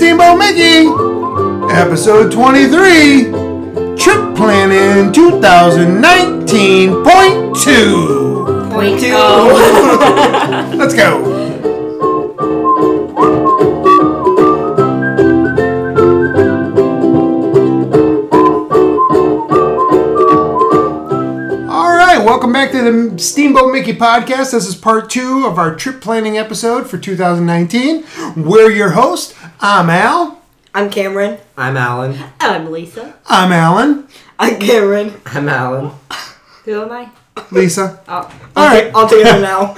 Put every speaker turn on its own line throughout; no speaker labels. Rainbow Mickey, episode 23, Trip Planning 2019.2.
Point two.
oh. Let's go. All right, welcome back to the Steamboat Mickey podcast. This is part two of our trip planning episode for 2019. We're your host. I'm Al.
I'm Cameron.
I'm Alan.
I'm Lisa.
I'm Alan.
I'm Cameron.
I'm Alan.
Who am I?
Lisa.
Oh,
All right.
I'll take it now.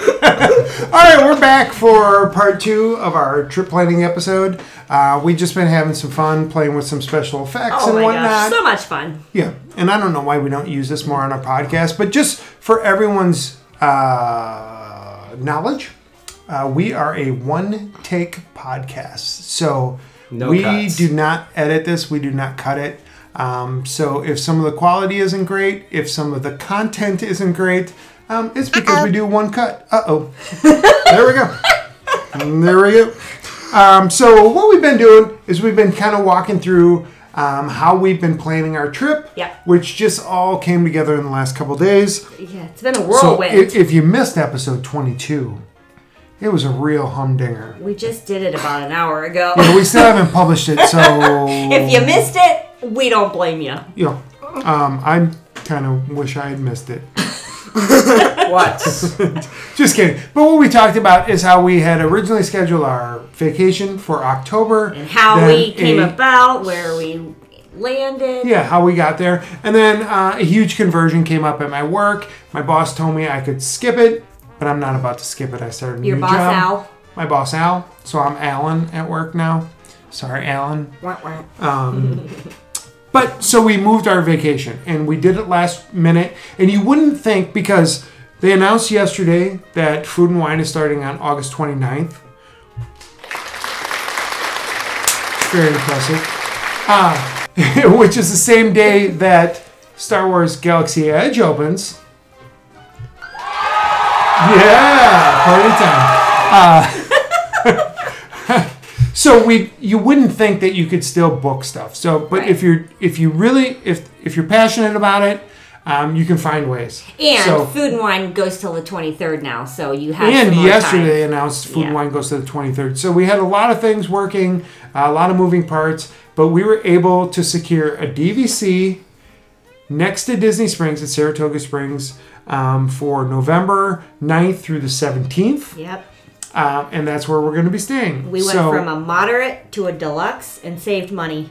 All right, we're back for part two of our trip planning episode. Uh, we just been having some fun playing with some special effects
oh
and
my
whatnot.
gosh, so much fun.
yeah, and I don't know why we don't use this more on our podcast, but just for everyone's uh, knowledge, uh, we are a one take podcast. So
No
we
cuts.
do not edit this, we do not cut it. Um, so if some of the quality isn't great, if some of the content isn't great, um, it's because we do one cut. Uh oh. there we go. There we go. Um, so what we've been doing is we've been kind of walking through um, how we've been planning our trip,
Yeah.
which just all came together in the last couple days.
Yeah, it's been a
So
whirlwind.
if, if you missed episode 22, it was a real humdinger.
we just did it about an hour ago.
But we still haven't published it, so
if you missed it, we don't blame you.
you know, um, I kind of wish I had missed it.
What?
Just kidding. But what we talked about is how we had originally scheduled our vacation for October
And how
then
we came
a-
about, where we landed.
Yeah, how we got there. And then uh, a huge conversion came up at my work. My boss told me I could skip it, but I'm not about to skip it. I started a
Your
new
boss,
job.
Al.
My boss Al. So I'm Alan at work now. Sorry, Alan.
Wah, wah.
But so we moved our vacation and we did it last minute. And you wouldn't think because they announced yesterday that Food and Wine is starting on August 29th. Very impressive. Uh, which is the same day that Star Wars Galaxy Edge opens. Yeah, party time. Uh, so we, you wouldn't think that you could still book stuff. So, but if you're, if you really, if if you're passionate about it, um, you can find ways.
And
so,
Food and Wine goes till the 23rd now, so you have
and
some more
yesterday
time.
announced Food and
Yeah.
Wine goes to the 23rd. So we had a lot of things working, a lot of moving parts, but we were able to secure a DVC next to Disney Springs at Saratoga Springs um, for November 9th through the 17th.
Yep.
Um, and that's where we're going to be staying.
We went
So-
from a moderate to a deluxe and saved money.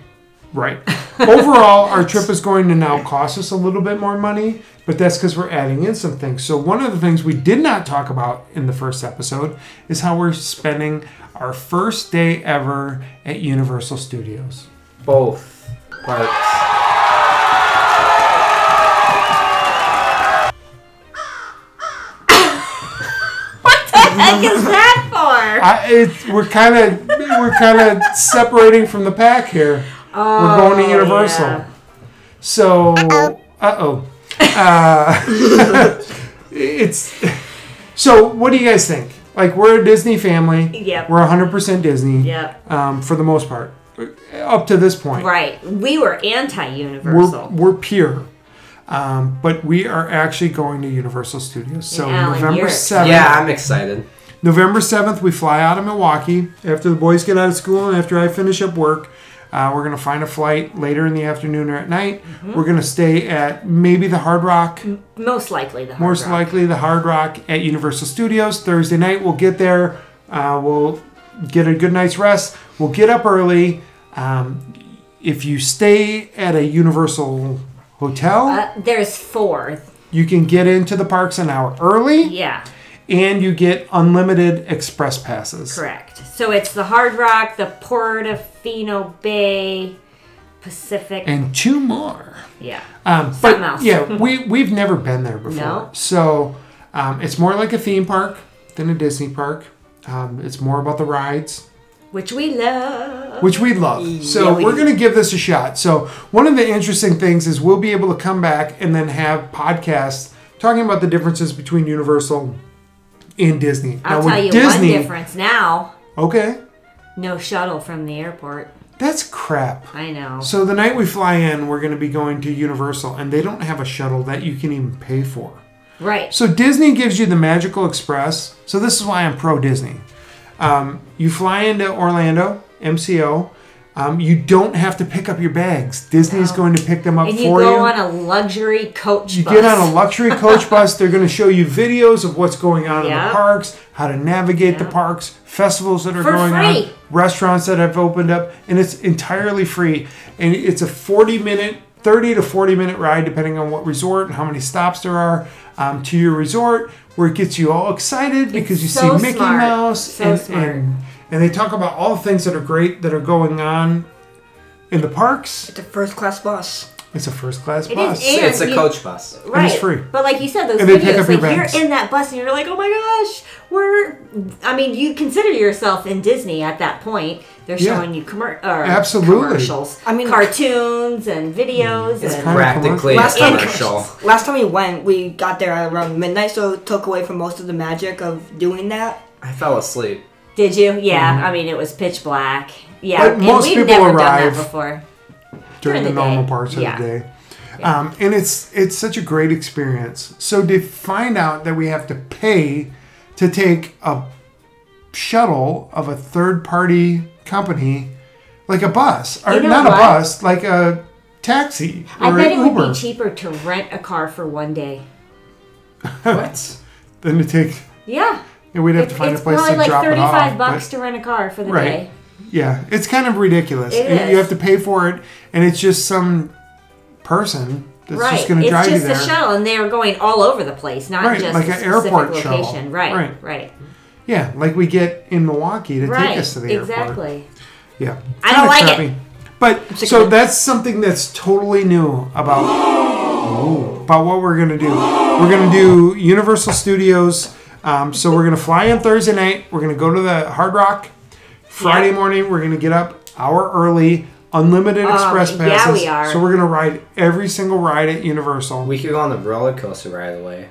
Right. Overall, our trip is going to now cost us a little bit more money, but that's because we're adding in some things. So, one of the things we did not talk about in the first episode is how we're spending our first day ever at Universal Studios.
Both parts.
What the heck is that for?
I, it, we're kind of we're kind of separating from the pack here. we're going to Universal.
Oh, yeah.
So, uh oh. it's so. What do you guys think? Like we're a Disney family.
Yep.
We're 100% Disney.
Yep.
Um, for the most part, up to this point,
Right. We were anti-universal.
we're we're pure. Um, but we are actually going to Universal Studios. So
And Alan,
November
you're
seventh.
Yeah, I'm excited.
November 7th, we fly out of Milwaukee. After the boys get out of school and after I finish up work, uh, we're going to find a flight later in the afternoon or at night.
Mm-hmm.
We're going to stay at maybe the Hard Rock,
Most likely the hard
most
Mm-hmm. rock.
likely the Hard Rock at Universal Studios. Thursday night, we'll get there. Uh, we'll get a good night's rest. We'll get up early. Um, if you stay at a Universal hotel,
Uh, there's four.
you can get into the parks an hour early
Yeah,
and you get unlimited express passes.
correct. So it's the Hard Rock, the Portofino Bay, Pacific.
and two more.
yeah.
Um, but
Something else.
yeah, we we've never been there before,
No.
so um, it's more like a theme park than a Disney park. Um, it's more about the rides,
Which we love.
which we
Oh,
love. So
Yeah, we
we're
do.
going to give this a shot. So one of the interesting things is we'll be able to come back and then have podcasts talking about the differences between Universal and Disney.
I'll
with
tell you
Disney,
one difference now.
Okay.
No shuttle from the airport.
That's crap.
I know.
So the night we fly in, we're going to be going to Universal, and they don't have a shuttle that you can even pay for.
Right.
So Disney gives you the Magical Express. So this is why I'm pro Disney. Um, you fly into Orlando, MCO. Um, you don't have to pick up your bags. Disney's
No.
going to pick them up
And you
for
go
you.
on a luxury coach
you
bus.
get on a luxury coach bus. They're going to show you videos of what's going on in
Yeah.
the parks, how to navigate the
Yeah.
parks, festivals that are
For
going on,
free.
restaurants that have opened up, and it's entirely free. And it's a 40 minute, 30 to 40 minute ride, depending on what resort and how many stops there are um, to your resort, where it gets you all excited because you
so
see Mickey
smart.
Mouse.
So
and,
smart.
And, and they talk about all the things that are great that are going on in the parks.
It's a first class bus.
It's a first class
It
bus.
is, and
It's a
you-
coach bus.
Right.
it's free.
But like you said, those
And they pick
videos,
up your
like you're
bags.
in that bus and you're like, oh my gosh, we're. I mean, you consider yourself in Disney at that point. They're
Yeah.
showing you commer- or
Absolutely.
commercials,
I
I
mean-
mean cartoons and videos. and,
kind
Practically a
Last time-
commercial.
Last time we went, we got there at around midnight, so it took away from most of the magic of doing that.
I fell asleep.
did you? Yeah. I mean, it was pitch black. Yeah.
Mm-hmm. But
and
most
we've
people
never done
arrive-
that before.
during the,
During the
normal
day.
parts of
Yeah.
the day. Um, and it's it's such a great experience. So to find out that we have to pay to take a shuttle of a third party company, like a bus, or
You know
not a
what?
bus, like a taxi or
I bet it
an
would
Uber,
be cheaper to rent a car for one day.
What?
than to take.
Yeah.
And we'd have
It's,
to find
it's
a place
probably
to
like
drop it off.
thirty-five
but-
bucks to rent a car for the
Right.
day.
Yeah, it's kind of ridiculous.
It
And You
is.
have to pay for it, and it's just some person that's
right.
just going to
it's
drive
just
you there.
a shuttle, and they were going all over the place, not
Right,
just
like
a
an
specific
airport shuttle.
location. Right,
Right.
right, right,
Yeah, like we get in Milwaukee to take us to the airport.
exactly.
Yeah.
I don't like it.
But
sick
so
of it.
that's something that's totally new about about what we're gonna do. We're gonna do Universal Studios. Um, so we're gonna fly in Thursday night. We're gonna go to the Hard Rock. Friday
Yeah.
morning we're gonna get up hour early. Unlimited express
Um, yeah,
passes.
we are.
So we're gonna ride every single ride at Universal.
We could go on the roller coaster right away,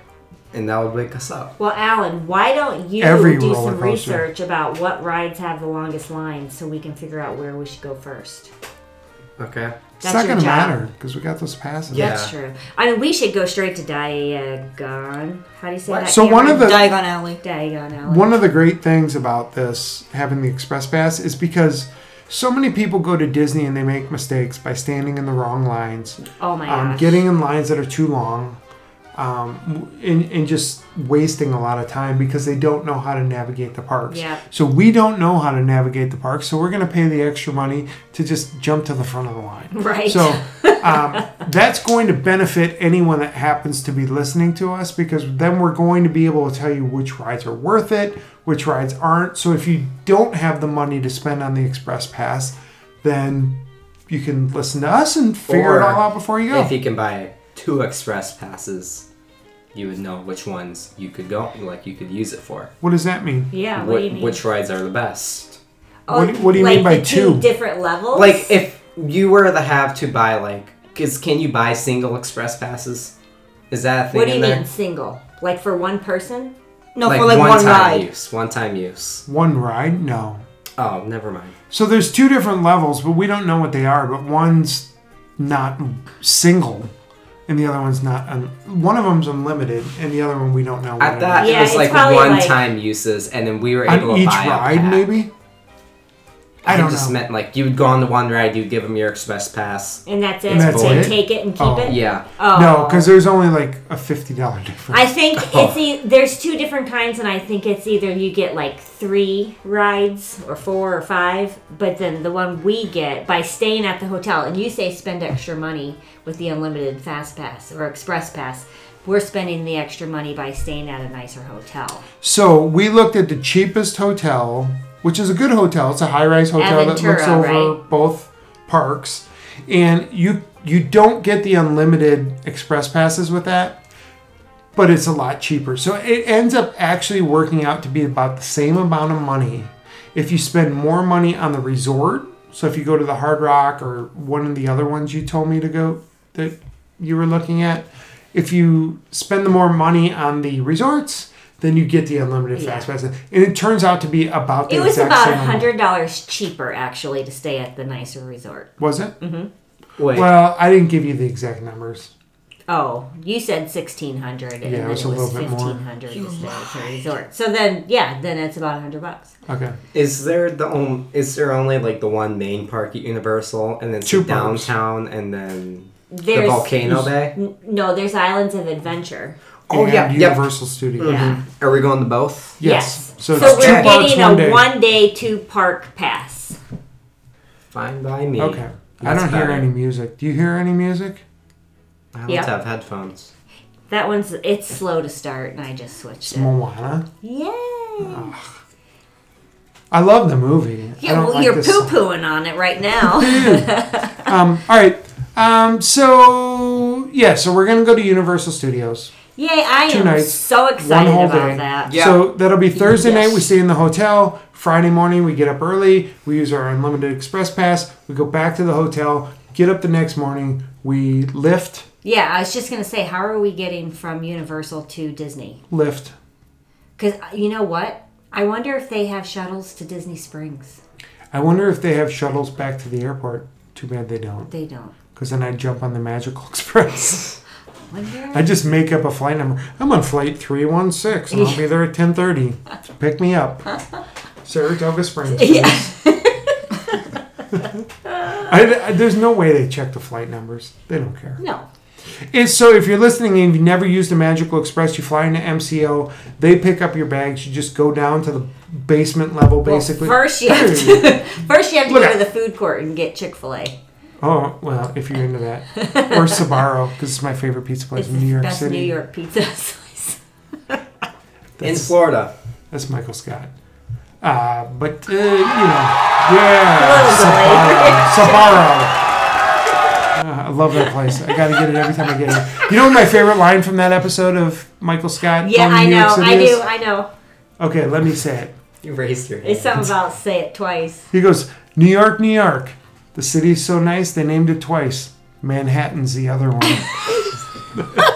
and that would wake us up.
Well, Alan, why don't you
Every
do
roller
some
coaster.
research about what rides have the longest lines, so we can figure out where we should go first?
Okay.
it's not
that's your
gonna
job.
matter because we got those passes.
Yeah.
That's true. I mean, we should go straight to Diagon. How do you say that?
So one of
Cameron?
the
Diagon Alley.
Diagon Alan.
One of the great things about this having the express pass is because so many people go to Disney and they make mistakes by standing in the wrong lines,
oh my
um,
gosh.
getting in lines that are too long, um, and, and just wasting a lot of time because they don't know how to navigate the parks.
Yep.
So we don't know how to navigate the parks, so we're going to pay the extra money to just jump to the front of the line.
Right.
So um, that's going to benefit anyone that happens to be listening to us because then we're going to be able to tell you which rides are worth it, which rides aren't. So if you don't have the money to spend on the express pass, then you can listen to us and figure
Or
it all out before you go.
If you can buy two express passes, you would know which ones you could go, like you could use it for.
what does that mean?
yeah. What,
Wh-
do you mean? Oh,
Which rides are the best?
what do- what do you
like
mean by
the two
two?
different levels?
Like if you were to have to buy like, cause can you buy single express passes? Is that a thing
What do you
in there?
mean single? Like for one person?
No, for like one,
time
ride.
use, one time use.
One ride? No.
Oh, never mind.
So there's two different levels, but we don't know what they are. But one's not single, and the other one's not. Un- one of them's unlimited, and the other one we don't know. What
I
it
thought
is.
Yeah,
it was
it's
like
probably
one
like-
time uses, and then we were able
on
to
each
buy a
ride,
pack.
maybe. I don't
just
know.
meant like you would go on the one ride, you'd give them your express pass.
And that's it.
And that's
so you
it?
take it and keep
Oh.
it.
Yeah.
Oh.
No, because there's only like a fifty dollar difference.
I think it's e- there's two different kinds, and I think it's either you get like three rides or four or five, but then the one we get by staying at the hotel, and you say spend extra money with the unlimited fast pass or express pass. We're spending the extra money by staying at a nicer hotel.
so we looked at the cheapest hotel, which is a good hotel. It's a high rise hotel that looks
Aventura,
over
right?
both parks, and you you don't get the unlimited express passes with that. but it's a lot cheaper. So it ends up actually working out to be about the same amount of money if you spend more money on the resort. So if you go to the Hard Rock or one of the other ones you told me to go that you were looking at, if you spend the more money on the resorts, then you get the unlimited
Yeah.
fast pass. And it turns out to be about the
It was
exact
about
same amount.
hundred dollars cheaper actually to stay at the nicer resort.
Was it?
Mm-hmm.
Wait,
Well, I didn't give you the exact numbers.
Oh, you said sixteen hundred, and
Yeah, it
then
was
it
a
was
little bit more.
fifteen hundred to stay at the resort. So then, yeah, then it's about hundred bucks.
Okay.
is there the um, is there only like the one main park at Universal, and then
Two
some
parks.
downtown, and then
There's
the Volcano Bay?
N- No, there's Islands of Adventure.
Oh
And
yeah, yep.
Universal Studios.
Yeah.
Are we going to both?
Mm-hmm. Yes. So
So,
it's two
we're
parks,
getting
one
a
day.
one-day two-park pass.
Fine by me.
Okay. I
That's
don't hear
better.
any music. Do you hear any music?
I don't
Yeah.
have headphones.
That one's it's slow to start, and I just switched it.
Moana.
Yay!
I love the movie. I
Yeah,
Ah, don't
well,
like
you're
this
poo
song.
pooing on it right now.
Um, all right. Um, so yeah, so we're gonna go to Universal Studios.
Yay! I
Two
am
nights,
so
One
excited
whole
about
day.
that.
Yeah.
So that'll be Thursday
Yes.
night. We stay in the hotel. Friday morning we get up early. We use our unlimited express pass. We go back to the hotel. Get up the next morning. We lift,
Yeah, I was just gonna say, how are we getting from Universal to Disney?
lift.
Because uh, you know what? I wonder if they have shuttles to Disney Springs.
I wonder if they have shuttles back to the airport. Too bad they don't,
They don't.
because then I'd jump on the Magical Express. I
Wonder.
just make up a flight number. I'm on flight 316, and I'll be there at 10.30. Pick me up. Saratoga Springs. please. I, I- there's no way they check the flight numbers. They don't care.
No.
It's, so if you're listening and you've never used the Magical Express, you fly into MCO, they pick up your bags, you just go down to the basement level, basically.
First, you have to first you have to
Look
go
out.
to the food court and get Chick Fil A.
oh, well, if you're into that. Or Sabaro, because it's my favorite pizza place
It's
in New
the
York
best
City.
New York pizza slice.
In
That's-
Florida.
That's Michael Scott. Uh, but, uh, you know, yeah. Sabaro. Sabaro. Uh, I love that place. I gotta get it every time I get it. You know what my favorite line from that episode of Michael Scott?
Yeah,
on
I
New York
know.
City
I
is?
do. I know.
Okay, let me say it.
You raised your hand.
It's something about say it twice.
He goes, New York, New York. The city's so nice they named it twice. Manhattan's the other one. that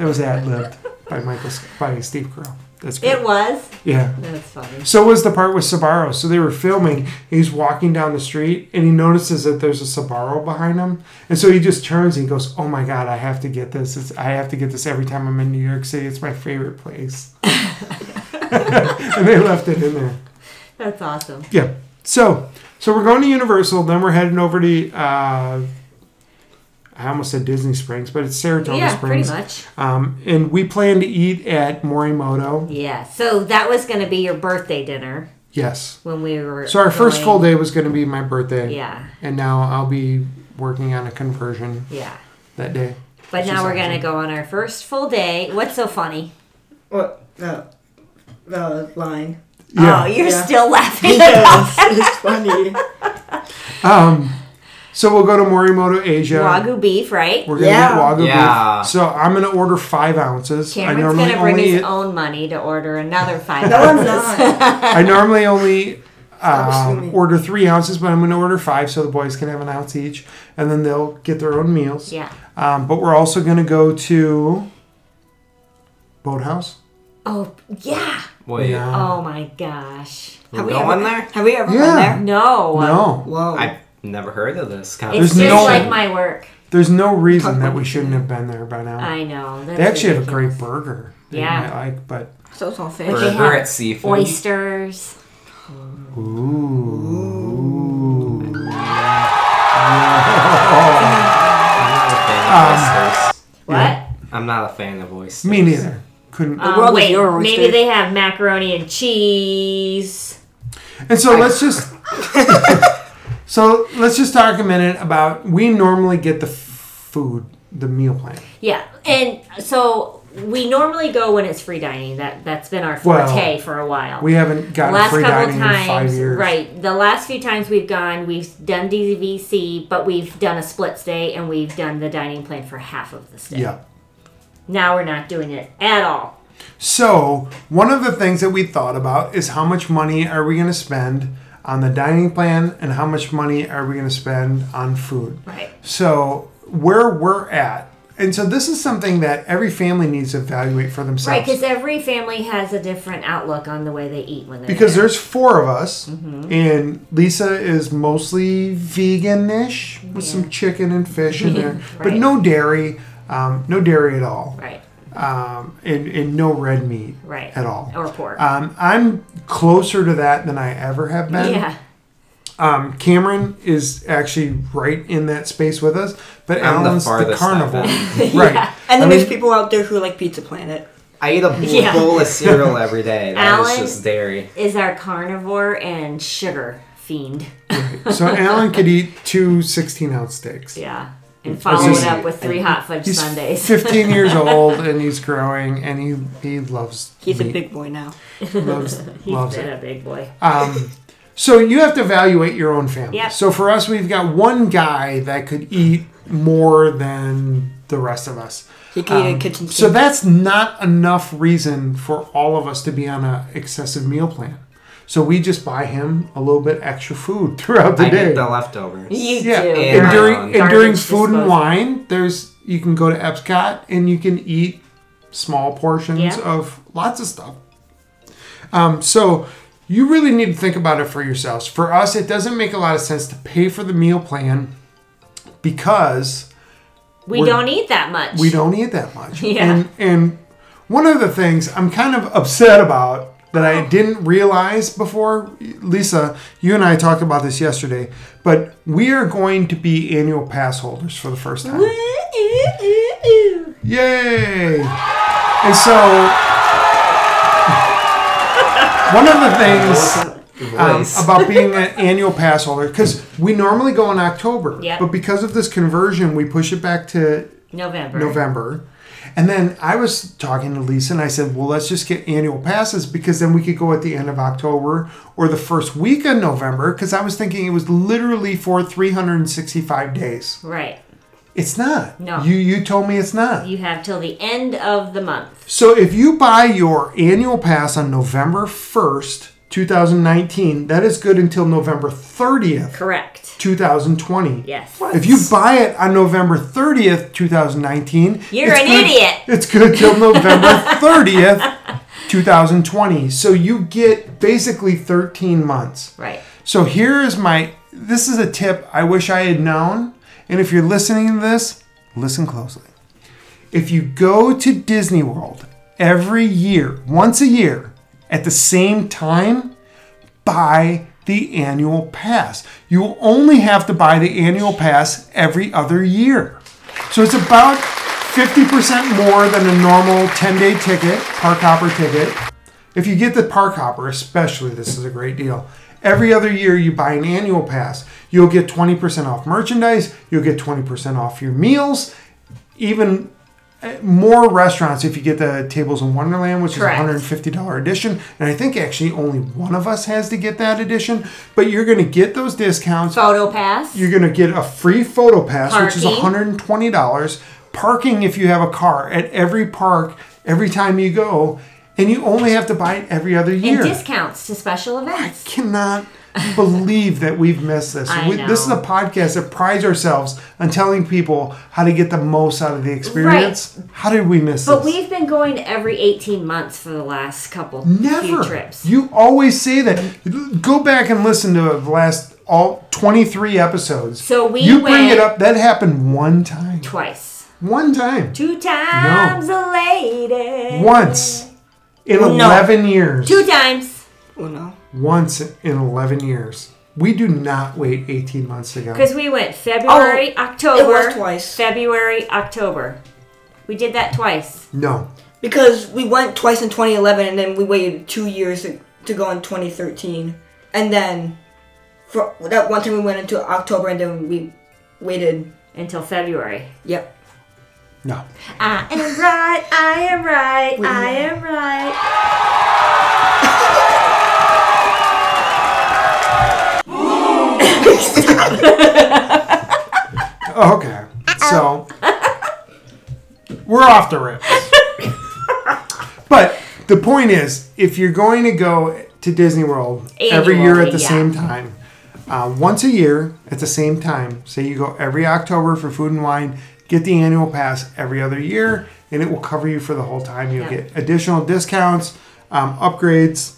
was ad libbed by Michael Sc- by Steve Carell. That's great.
It was.
yeah.
That's funny.
So was the part with Sabaro. So they were filming. He's walking down the street and he notices that there's a Sabaro behind him, and so he just turns and he goes, "Oh my God, I have to get this! It's, I have to get this every time I'm in New York City. It's my favorite place." and they left it in there.
That's awesome.
Yeah. So, so we're going to Universal. Then we're heading over to. Uh, I almost said Disney Springs, but it's Saratoga
yeah,
Springs.
pretty much.
Um, and we plan to eat at Morimoto.
Yeah. So that was going to be your birthday dinner
Yes.
when we were.
So our first full
going-
day was going to be my birthday.
Yeah.
And now I'll be working on a conversion
Yeah.
that day.
But
Which is
now we're
awesome.
gonna go on our first full day. What's so funny?
What?
The, the line.
Yeah.
Oh, you're
Yeah.
still laughing.
Because it's funny.
Um, so we'll go to Morimoto Asia.
Wagyu beef, right?
We're gonna
Yeah.
get wagyu
Yeah.
beef. So I'm gonna order five ounces. I
Cameron's
normally
gonna bring
only
his
eat-
own money to order another five.
No, I'm
ounces.
not.
I normally only um,
Oh,
assuming.
order three ounces, but I'm going to order five so the boys can have an ounce each, and then they'll get their own meals.
Yeah.
Um, but we're also going to go to Boathouse.
Oh yeah.
Wait.
Oh my gosh.
We're going there?
Have we ever
Yeah.
been there?
No.
No,
Whoa.
I've never heard of this kind
It's
There's
just
no-
like my work.
there's no reason
Talk
that
about
we
it.
shouldn't have been there by now.
I know.
they actually have a great burger. That
Yeah.
you might like, but
so it's on
Burger.
fish.
Burger at seafood.
oysters.
ooh,
I'm not a fan of oysters.
What?
I'm not a fan of oysters.
me neither. Couldn't.
Um,
world is
wait,
your oyster.
maybe they have macaroni and cheese.
And so let's just so let's just talk a minute about we normally get the f- food, the meal plan.
Yeah, and so we normally go when it's free dining. That that's been our
Well,
forte for a while.
We haven't gotten
last
free
couple
dining
times,
in five years.
right? The last few times we've gone, we've done DVC, but we've done a split stay and we've done the dining plan for half of the stay.
Yeah.
Now we're not doing it at all.
So one of the things that we thought about is how much money are we going to spend on the dining plan, and how much money are we going to spend on food.
Right.
So where we're at And so this is something that every family needs to evaluate for
Right,
themselves.
because every family has a different outlook on the way they eat when they're
because
there.
there's four of us,
Mm-hmm.
and Lisa is mostly vegan-ish with some chicken and fish in there, but
Right.
no dairy, um, no dairy at all,
right,
um, and, and no red meat
right,
at all.
or pork.
Um, I'm closer to that than I ever have been.
yeah,
Um, Cameron is actually right in that space with us, but
I'm the
Alan's the,
farthest I've
carnival,
been.
right?
And
I
then there's
mean-
people out there who like Pizza Planet.
I eat a bowl,
Yeah.
bowl of cereal every day. That is
Alan?
just dairy.
is our carnivore and sugar fiend.
So Alan could eat two 16 ounce steaks.
Yeah, and follow
he's-
it up with three hot fudge
He's
sundaes.
15 years old and he's growing and he he loves
He's a
meat.
big boy now.
loves
He's
loves
been
it.
a big boy.
Um, so you have to evaluate your own family.
Yep.
So for us, we've got one guy that could eat more than the rest of us.
He can eat a kitchen
So
sink.
that's not enough reason for all of us to be on a excessive meal plan. So we just buy him a little bit extra food throughout the
I
day.
get the leftovers.
You
yeah,
do.
and
Yeah.
during
Um,
and during
Garbage
food and
disposal.
wine, there's you can go to Epcot and you can eat small portions
Yeah.
of lots of stuff. Um, so you really need to think about it for yourselves. For us, it doesn't make a lot of sense to pay for the meal plan because
we
we're-
don't eat that much.
we don't eat that much.
Yeah.
And and one of the things I'm kind of upset about that
Oh.
I didn't realize before, Lisa, you and I talked about this yesterday, but we are going to be annual pass holders for the first time. Yay! And so one of the things um,
Voice.
about being an annual pass holder because we normally go in October,
Yep.
but because of this conversion, we push it back to
November.
November. And then I was talking to Lisa and I said, well, let's just get annual passes because then we could go at the end of October or the first week of November because I was thinking it was literally for 365 days.
Right.
It's not.
No.
You, you told me it's not.
You have till the end of the month.
So if you buy your annual pass on November 1st, 2019, that is good until November 30th,
Correct.
2020.
Yes.
If you buy it on November 30th, 2019,
You're
it's
an
good-
idiot.
It's good till November 30th, 2020. So you get basically 13 months.
Right.
So here is my this is a tip I wish I had known. And if you're listening to this, listen closely. If you go to Disney World every year, once a year, at the same time, buy the annual pass. You will only have to buy the annual pass every other year. So it's about 50% more than a normal 10 day ticket, park hopper ticket. If you get the park hopper, especially, this is a great deal. Every other year, you buy an annual pass. You'll get 20% off merchandise, you'll get 20% off your meals, even uh, more restaurants if you get the Tables in Wonderland, which
Correct.
is $150 edition. And I think actually only one of us has to get that edition, but you're going to get those discounts.
Photo pass.
You're going to get a free photo pass, which is
Parking.
$120. Parking if you have a car at every park, every time you go, and you only have to buy it every other year.
and discounts to special events.
cannot believe that we've missed this.
I
We- This is
know.
a podcast that prides ourselves on telling people how to get the most out of the experience. How did we miss
But
this?
we've been going every 18 months for the last couple few
Never.
trips.
You always say that. Go back and listen to the last all 23 episodes.
So we
You bring
went-
it up. That happened one time.
Twice.
One time.
Two times a lady.
Once in
No.
11 years.
Two times.
Oh no.
Once in 11 years. We do not wait 18 months to go.
Because we went February, October.
it was twice.
February, October. We did that twice.
No.
Because we went twice in 2011 and then we waited two years to, to go in 2013. And then for that one time we went into October and then we waited.
Until February.
Yep.
No.
I am right, I am right, I am right.
Oh, Okay. So we're off the rails. but the point is, if you're going to go to Disney World every year at the
Annually, yeah.
same time, uh, once a year at the same time, say you go every October for food and wine, Get the annual pass every other year, and it will cover you for the whole time. You'll
Yeah.
get additional discounts, um, upgrades.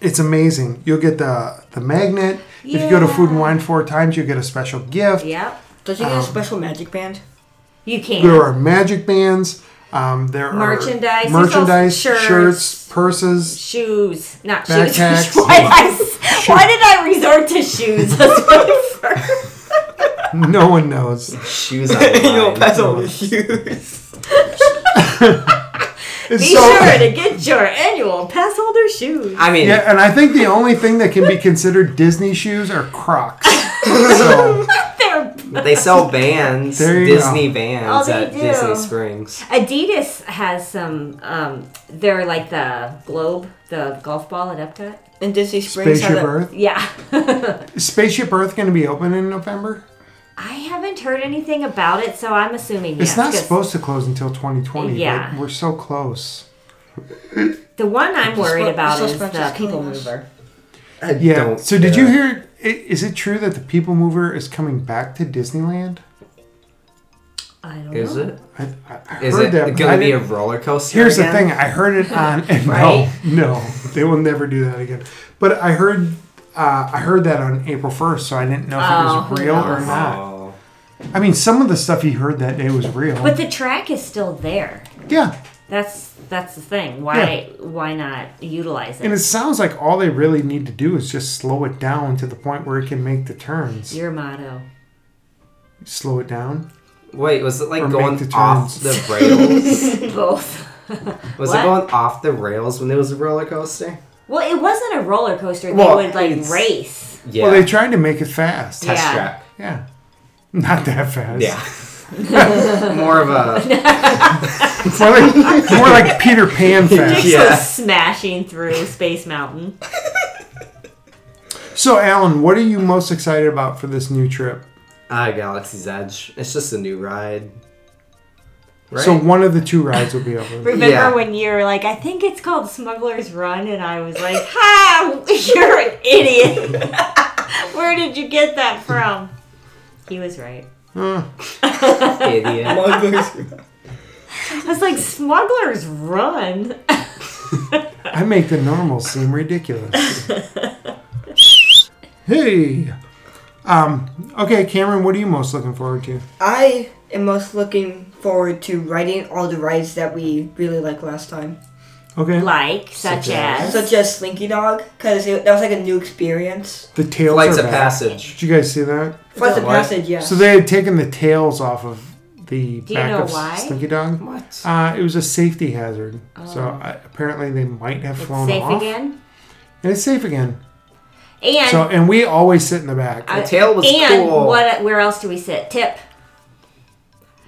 It's amazing. You'll get the the magnet. If you go to Food and
Yeah.
Wine four times, you get a special gift.
Yep.
Does he
Um,
get a special magic band?
You can.
There are magic bands. Um, there
Merchandise.
are
He sells
merchandise,
shirts.
shirts, purses.
Shoes, not
Backpacks.
shoes. why, did I, s- why did I resort to shoes? That's what I first-
No one knows.
Shoes on the
Annual
line.
pass only shoes.
It's
Be sure to get your annual pass holder shoes.
I mean,
Yeah, and I think the only thing that can be considered Disney shoes are Crocs. so
They're-
they sell bands,
There you
Disney
go.
Oh,
bands
they
at
do.
Disney Springs.
Adidas has some. Um, they're like the globe, the golf ball at Epcot.
And Disney Springs
Spaceship
had a-
Earth.
Yeah.
Is Spaceship Earth going to be open in November?
I haven't heard anything about it, so I'm assuming
It's
yes,
not
'cause
supposed to close until 2020.
Yeah.
but we're so close.
The one I'm worried
Suspe-
about is
suspense
the
is
people
killing us.
mover.
I
Yeah.
don't
so did
care.
you hear? i- Is it true that the People Mover is coming back to Disneyland?
I don't
Is
know.
it?
I, I I
Is
heard
it
that. but I
going to be a
didn't-
roller coaster?
Here's the
again?
thing. I heard it on. And
Right?
No, no, they will never do that again. But I heard, uh, I heard that on April 1st, so I didn't know if
Oh,
it was
who
real or
knows?
not.
Oh,
I mean, some of the stuff he heard that day was real.
But the track is still there.
yeah,
That's that's the thing. Why why not utilize
and
it?
it sounds like all they really need to do is just slow it down to the point where it can make the turns.
Your motto.
Slow it down.
wait, was it like
Or
going
make the
off the
turns.
rails?
Both.
was
What?
it going off the rails when it was a roller coaster?
Well, it wasn't a roller coaster. They
Well,
would like
it's-
race.
Yeah.
Well, they tried to make it fast. Yeah.
Test
Yeah.
track.
Not that fast.
Yeah. More of a
It's more like, more like Peter Pan fast.
Just
Yeah.
smashing through Space Mountain.
So, Alan, what are you most excited about for this new trip?
ah Galaxy's Edge. It's just a new ride. Right?
So, one of the two rides will be over.
Remember
Yeah.
when you were like, I think it's called Smuggler's Run, and I was like, Ha! You're an idiot. Where did you get that from? He was right.
idiot.
I was like, Smuggler's Run.
I make the normals seem ridiculous. hey. Um, okay, Cameron, what are you most looking forward to?
I am most looking forward to writing all the rides that we really liked last time,
Okay.
Like, such,
Such
as.
as-
such as Slinky Dog, because that was like a new experience.
The tails
Flights
are
of
back.
Passage.
Did you guys see that?
Flight of
What?
Passage, yeah.
So they had taken the tails off of the
you
back
know
of
why?
Slinky Dog.
What?
Uh, it was a safety hazard. So uh, apparently they might have
Oh. it's
flown
safe
off.
again.
And it's safe again.
And
so and we always sit in the back.
I-
The tail was
and
cool.
what? Where else do we sit? Tip,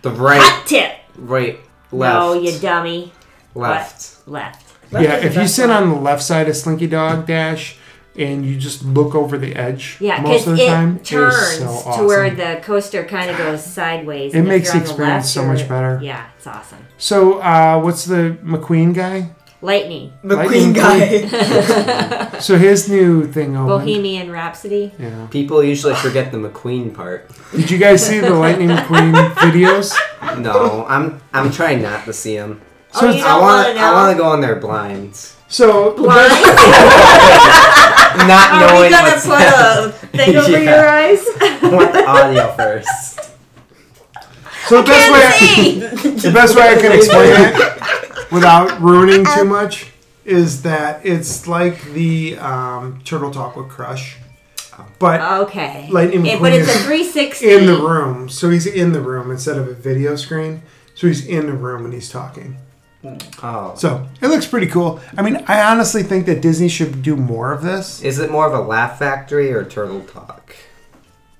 The right,
hot tip.
right, left,
No, you dummy.
left.
Left.
Left
yeah,
is the
if you
best
sit
one.
on the left side of Slinky Dog Dash and you just look over the edge
Yeah,
most
because
of the
it
time,
turns
it is so awesome.
to where the coaster kind of goes sideways.
It
and if
makes
you're on
the experience so
left,
much
you're-
better.
Yeah, it's awesome.
So, uh, what's the McQueen guy?
Lightning,
Mm-hmm.
McQueen
Lightning
guy.
So his new thing opened.
Bohemian Rhapsody.
Yeah.
People usually forget the McQueen part.
Did you guys see the Lightning McQueen videos?
No, I'm I'm trying not to see them.
So,
Oh,
it's-
you
I
don't
want
want
to
to
I want
know.
to go in there blind,
so the best-
not
Are we
knowing
gonna
what's
put a thing over
Yeah.
your eyes?
I want the audio first.
so the best way I-
See?
the best way I can explain it without ruining too much is that it's like the um, Turtle Talk with Crush, but
okay.
Lightning
It- but
McQueen
it's a
is
360.
in the room. So he's in the room instead of a video screen. So he's in the room and he's talking.
Oh,
So it looks pretty cool. I mean, I honestly think that Disney should do more of this.
is it more of a laugh factory or turtle talk?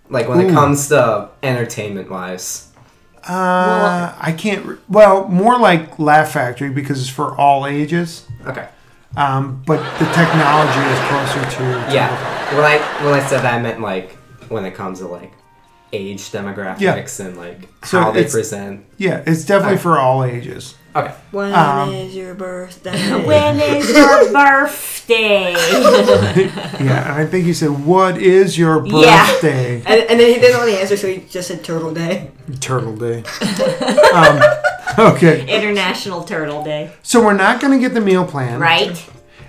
Like when
Ooh.
it comes to entertainment wise.
Uh, I can't. Re- well, more like Laugh Factory because it's for all ages.
Okay.
Um, but the technology is closer to
Yeah. When I when I said that, I meant like when it comes to like age demographics and like
So
how they
it's-
present.
yeah. It's definitely for all ages.
Okay.
When
Um,
is your birthday?
When is your birthday?
Yeah, and I think you said, "What is your
Yeah.
birthday?"
and, and then he didn't know the answer, so he just said Turtle Day.
Turtle Day. um, okay,
International Turtle Day.
so we're not going to get the meal plan,
Right?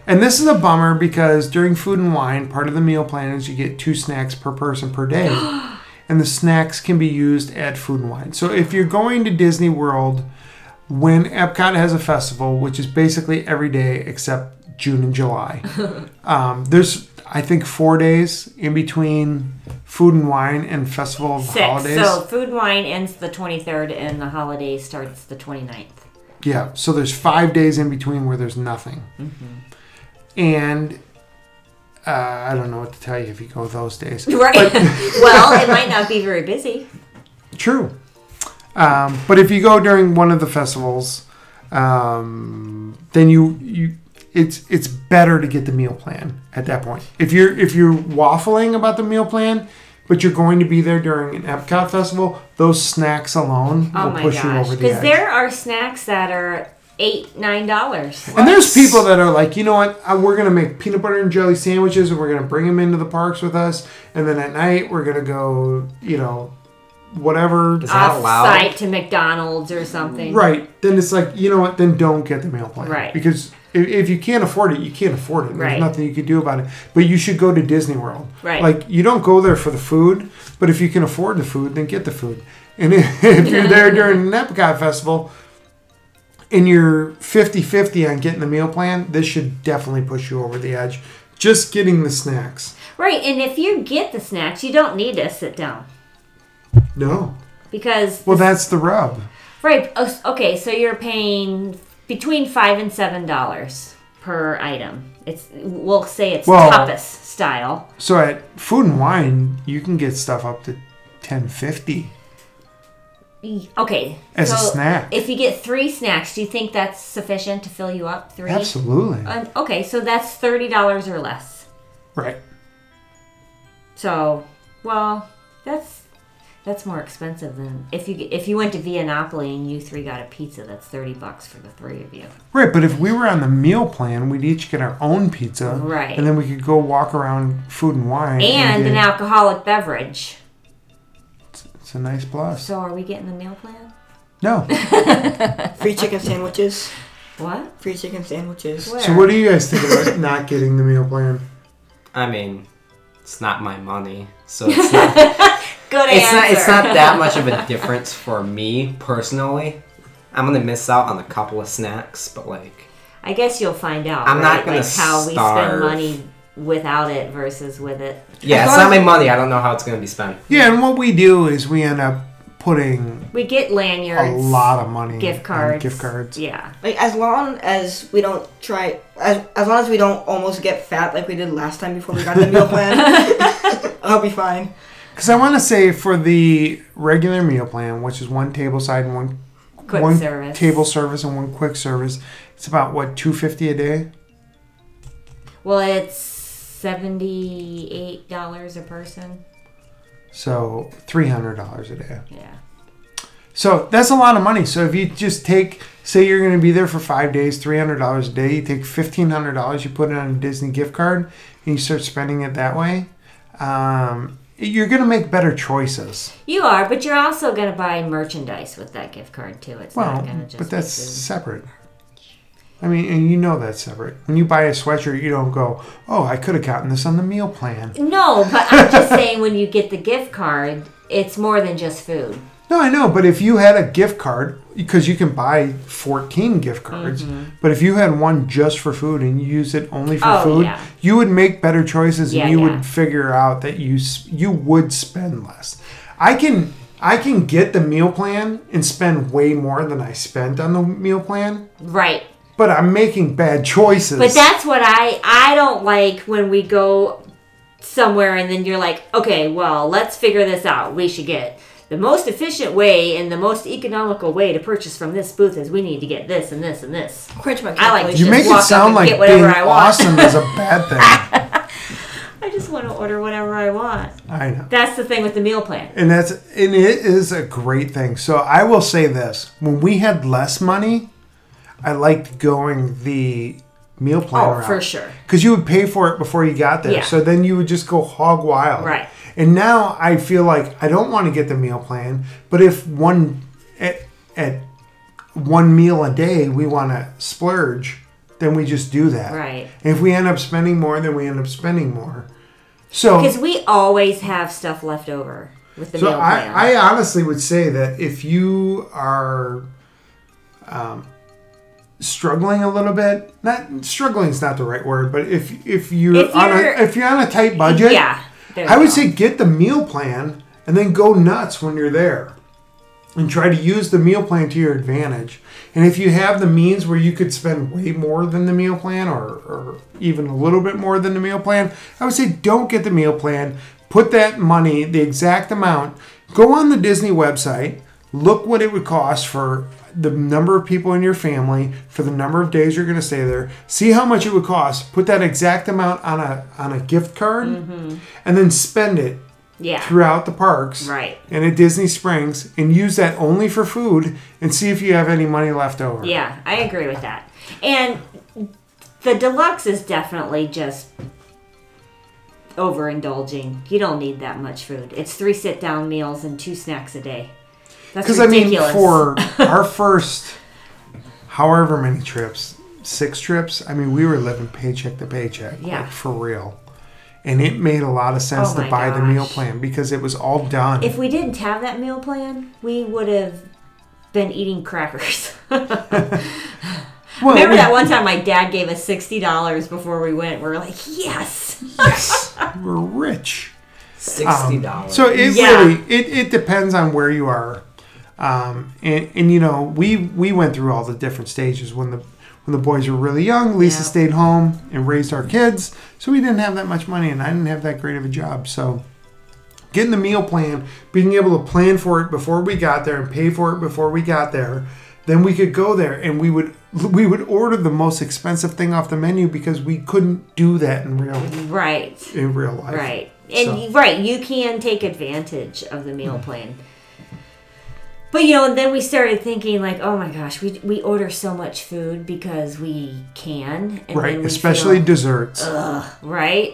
And this is a bummer because during food and wine, part of the meal plan is you get two snacks per person per day, and the snacks can be used at food and wine. So if you're going to Disney World, when Epcot has a festival, which is basically every day except June and July, um, there's I think four days in between food and wine and festival of
Six.
holidays.
So food and wine ends the 23rd and the holiday starts the 29th.
Yeah, so there's five days in between where there's nothing. And uh, I don't know what to tell you if you go those days.
Right. well, it might not be very busy.
True. Um, but if you go during one of the festivals, um, then you you it's it's better to get the meal plan at that point. If you're if you're waffling about the meal plan, but you're going to be there during an Epcot festival, those snacks alone
Oh
will
my
push you
gosh.
over the
Because
edge.
there are snacks that are eight, nine dollars.
And there's people that are like, you know what? uh, We're gonna make peanut butter and jelly sandwiches, and we're gonna bring them into the parks with us. And then at night, we're gonna go, you know, whatever.
Is that
Off
allowed?
site to McDonald's or something.
Right. Then it's like, you know what? Then don't get the meal plan.
Right.
Because if, if you can't afford it, you can't afford it. There's
Right.
nothing you can do about it. But you should go to Disney World.
Right.
Like you don't go there for the food, but if you can afford the food, then get the food. And if, if you're there during an Epcot festival and you're 50-50 on getting the meal plan, this should definitely push you over the edge. Just getting the snacks.
Right, and if you get the snacks, you don't need to sit down
No.
because
Well, that's the rub.
right. oh, Okay, so you're paying between five and seven dollars per item. It's we'll say it's
Well-
tapas style.
So at Food and Wine, you can get stuff up to 1050
Okay,
as a
so
snack.
If you get three snacks, do you think that's sufficient to fill you up? Three.
Absolutely.
Um, okay, so that's thirty dollars or less.
right.
So, well, that's that's more expensive than if you if you went to Viennapoli and you three got a pizza. That's thirty bucks for the three of you.
Right, but if we were on the meal plan, we'd each get our own pizza.
Right.
And then we could go walk around food and wine.
and
get-
an alcoholic beverage.
It's a nice plus.
So are we getting the meal plan?
No.
Free chicken sandwiches.
What?
Free chicken sandwiches.
Where?
so what do you guys think about not getting the meal plan?
I mean, it's not my money, so it's not,
Good
it's
answer.
not it's not that much of a difference for me personally. I'm gonna miss out on a couple of snacks, but like,
I guess you'll find out.
I'm
right?
not gonna
like how we spend
starve.
money without it versus with it.
yeah, it's
thought-
not my money. I don't know how it's gonna be spent.
Yeah, and what we do is we end up putting
We get lanyards,
a lot of money
gift
on
cards,
gift cards.
Yeah,
Like as long as we don't try, as, as long as we don't almost get fat like we did last time before we got the meal plan, I'll be fine.
Because I want to say for the regular meal plan, which is one table side and one
quick
one
service.
table service and one quick service, it's about what two fifty a day.
Well, it's seventy-eight dollars a person.
So three hundred dollars a day.
Yeah.
So that's a lot of money. So if you just take, say you're going to be there for five days, three hundred dollars a day. You take fifteen hundred dollars, you put it on a Disney gift card, and you start spending it that way. Um, you're going to make better choices.
You are, but you're also gonna buy merchandise with that gift card too. It's
Well,
not gonna just.
but
be
that's
food.
separate. I mean, and you know that's separate. When you buy a sweatshirt, you don't go, "Oh, I could have gotten this on the meal plan."
No, but I'm just saying when you get the gift card, it's more than just food.
No, I know, but if you had a gift card, because you can buy 14 gift cards, but if you had one just for food and you use it only for
Mm-hmm. Oh,
food,
yeah.
you would make better choices
Yeah,
and you
yeah.
would figure out that you s- you would spend less. I can I can get the meal plan and spend way more than I spent on the meal plan,
Right.
but I'm making bad choices.
But that's what I I don't like when we go somewhere and then you're like, okay, well, let's figure this out. We should get the most efficient way and the most economical way to purchase from this booth is we need to get this and this and this.
Crunch my
I like
calculations.
you make
walk
it
up
sound
and
like
get whatever
being
I want.
awesome is a bad thing.
I just want to order whatever I want.
I know.
That's the thing with the meal plan.
And that's and it is a great thing. So I will say this: when we had less money, I liked going the meal plan
Oh,
route.
for sure.
Because you would pay for it before you got there.
Yeah.
So then you would just go hog wild.
Right.
And now I feel like I don't want to get the meal plan, but if one at, at one meal a day we want to splurge, then we just do that.
Right.
And if we end up spending more, then we end up spending more. So
Because we always have stuff left over with the
so
meal plan.
I, I honestly would say that if you are um, struggling a little bit, not struggling is not the right word, but if if you're,
If
on
you're-
a if you're on a tight budget,
yeah. there
I
you
would
go.
say get the meal plan and then go nuts when you're there. And try to use the meal plan to your advantage. And if you have the means where you could spend way more than the meal plan or, or even a little bit more than the meal plan, I would say don't get the meal plan. Put that money, the exact amount, go on the Disney website, look what it would cost for the number of people in your family, for the number of days you're going to stay there, see how much it would cost, put that exact amount on a, on a gift card, and then spend it
yeah.
throughout the parks
Right.
and at Disney Springs and use that only for food and see if you have any money left over.
Yeah, I agree with that. And the deluxe is definitely just overindulging. You don't need that much food. It's three sit down meals and two snacks a day. That's
Because I mean,
ridiculous.
for our first however many trips, six trips, I mean, we were living paycheck to paycheck.
Yeah.
Like, for real. And it made a lot of sense
Oh
to
my
buy the meal
gosh.
plan because it was all done.
if we didn't have that meal plan, we would have been eating crackers.
Oh, well,
Remember
we-
that one time my dad gave us sixty dollars before we went. We are like, yes.
Yes, we're rich.
Sixty dollars.
So e- it
Yeah.
really it, it depends on where you are, um, and and you know we we went through all the different stages when the when the boys were really young. Lisa
Yeah.
stayed home and raised our kids, so we didn't have that much money, and I didn't have that great of a job. So getting the meal plan, being able to plan for it before we got there and pay for it before we got there, then we could go there and we would we would order the most expensive thing off the menu because we couldn't do that in real
Right.
in real life.
Right. And
So- Mm-hmm.
you- right, you can take advantage of the meal plan. But you know, and then we started thinking like, oh my gosh, we we order so much food because we can. And
Right,
then we
especially
feel-
desserts.
right.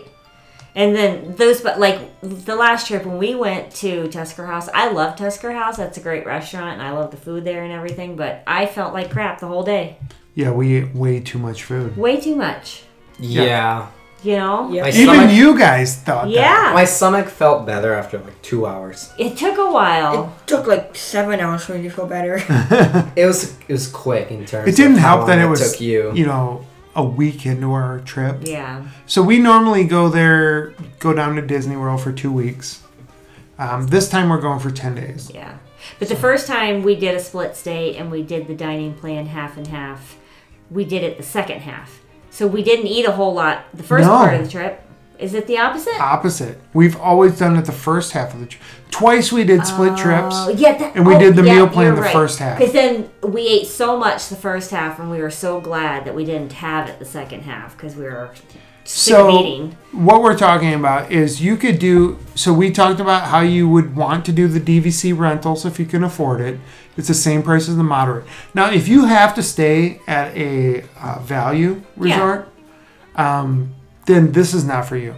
And then those, but like the last trip when we went to Tusker House, I love Tusker House. That's a great restaurant, and I love the food there and everything. But I felt like crap the whole day.
Yeah, we ate way too much food.
Way too much,
yeah.
you know.
Yeah.
My
Even
stomach
you guys thought that.
Yeah.
my stomach felt better after like two hours.
It took a while.
It took like seven hours for me to feel better.
It was it was quick in terms
It didn't
of how
help that
long
it was
took you.
know, a week into our trip.
yeah.
So we normally go there, go down to Disney World for two weeks. Um, this time we're going for 10 days.
Yeah. But the first time we did a split stay and we did the dining plan half and half, we did it the second half. So we didn't eat a whole lot the first
No. Uh,
part of the trip. Is it the opposite?
Opposite. We've always done it the first half of the trip. Twice we did split
Oh,
trips.
yeah, that,
and we did the meal plan the
the
first half.
Because then we ate so much the first half, and we were so glad that we didn't have it the second half because we were sick of
So
eating.
what we're talking about is you could do. So we talked about how you would want to do the DVC rentals if you can afford it. It's the same price as the moderate. Now, if you have to stay at a uh, value
Yeah.
resort, um, then this is not for you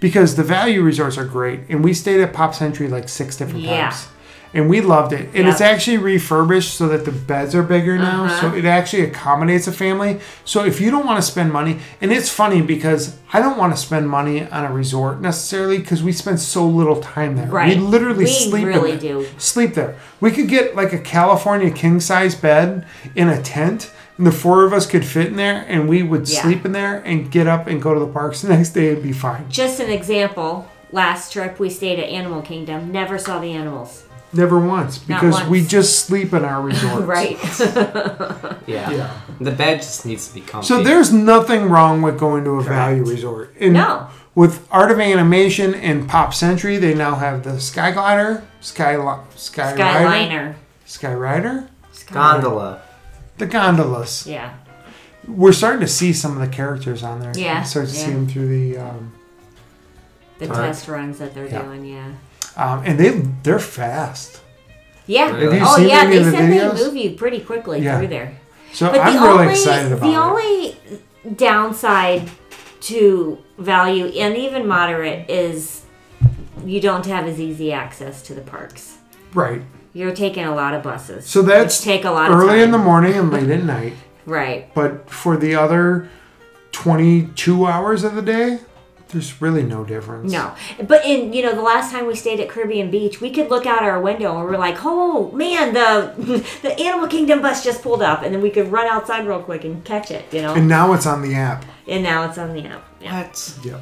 because the value resorts are great. And we stayed at Pop Century like six different
Yeah.
times. And we loved it. And it's
Yep.
actually refurbished so that the beds are bigger now. So
Uh-huh.
it actually accommodates a family. So if you don't want to spend money, and it's funny because I don't want to spend money on a resort necessarily because we spend so little time there.
Right.
We literally
We
sleep in
really
it.
do.
Sleep there. We could get like a California king size bed in a tent, and the four of us could fit in there, and we would
Yeah.
sleep in there and get up and go to the parks the next day and be fine.
Just an example. Last trip we stayed at Animal Kingdom. Never saw the animals.
Never once,
Not
because we
once.
just sleep in our resorts.
Right.
Yeah.
Yeah.
The bed just needs to be comfy.
So there's nothing wrong with going to a value resort. And
No.
With Art of Animation and Pop Century, they now have the Skyglider, Skyli- Sky Rider,
Skyliner.
Sky Rider,
gondola.
the gondolas.
Yeah.
We're starting to see some of the characters on there.
Yeah,
Start to see
yeah.
them through the, um,
The
Alright.
test runs that they're
Yeah.
doing, yeah.
um, and they they're fast.
Yeah.
Have you
oh
seen
yeah,
any
they
of the
said
videos?
they move you pretty quickly
Yeah.
through there.
So
But
I'm
the
really
only,
excited about
the
it.
only downside to value and even moderate is you don't have as easy access to the parks.
right.
You're taking a lot of buses.
So
which
that's
take a lot of
Early
time.
in the morning and late at night.
right.
But for the other 22 hours of the day, there's really no difference.
No, but in you know the last time we stayed at Caribbean Beach, we could look out our window and we were like, "Oh man, the the Animal Kingdom bus just pulled up," and then we could run outside real quick and catch it, you know.
And now it's on the app.
And now it's on the app. Yeah,
What?
Yep.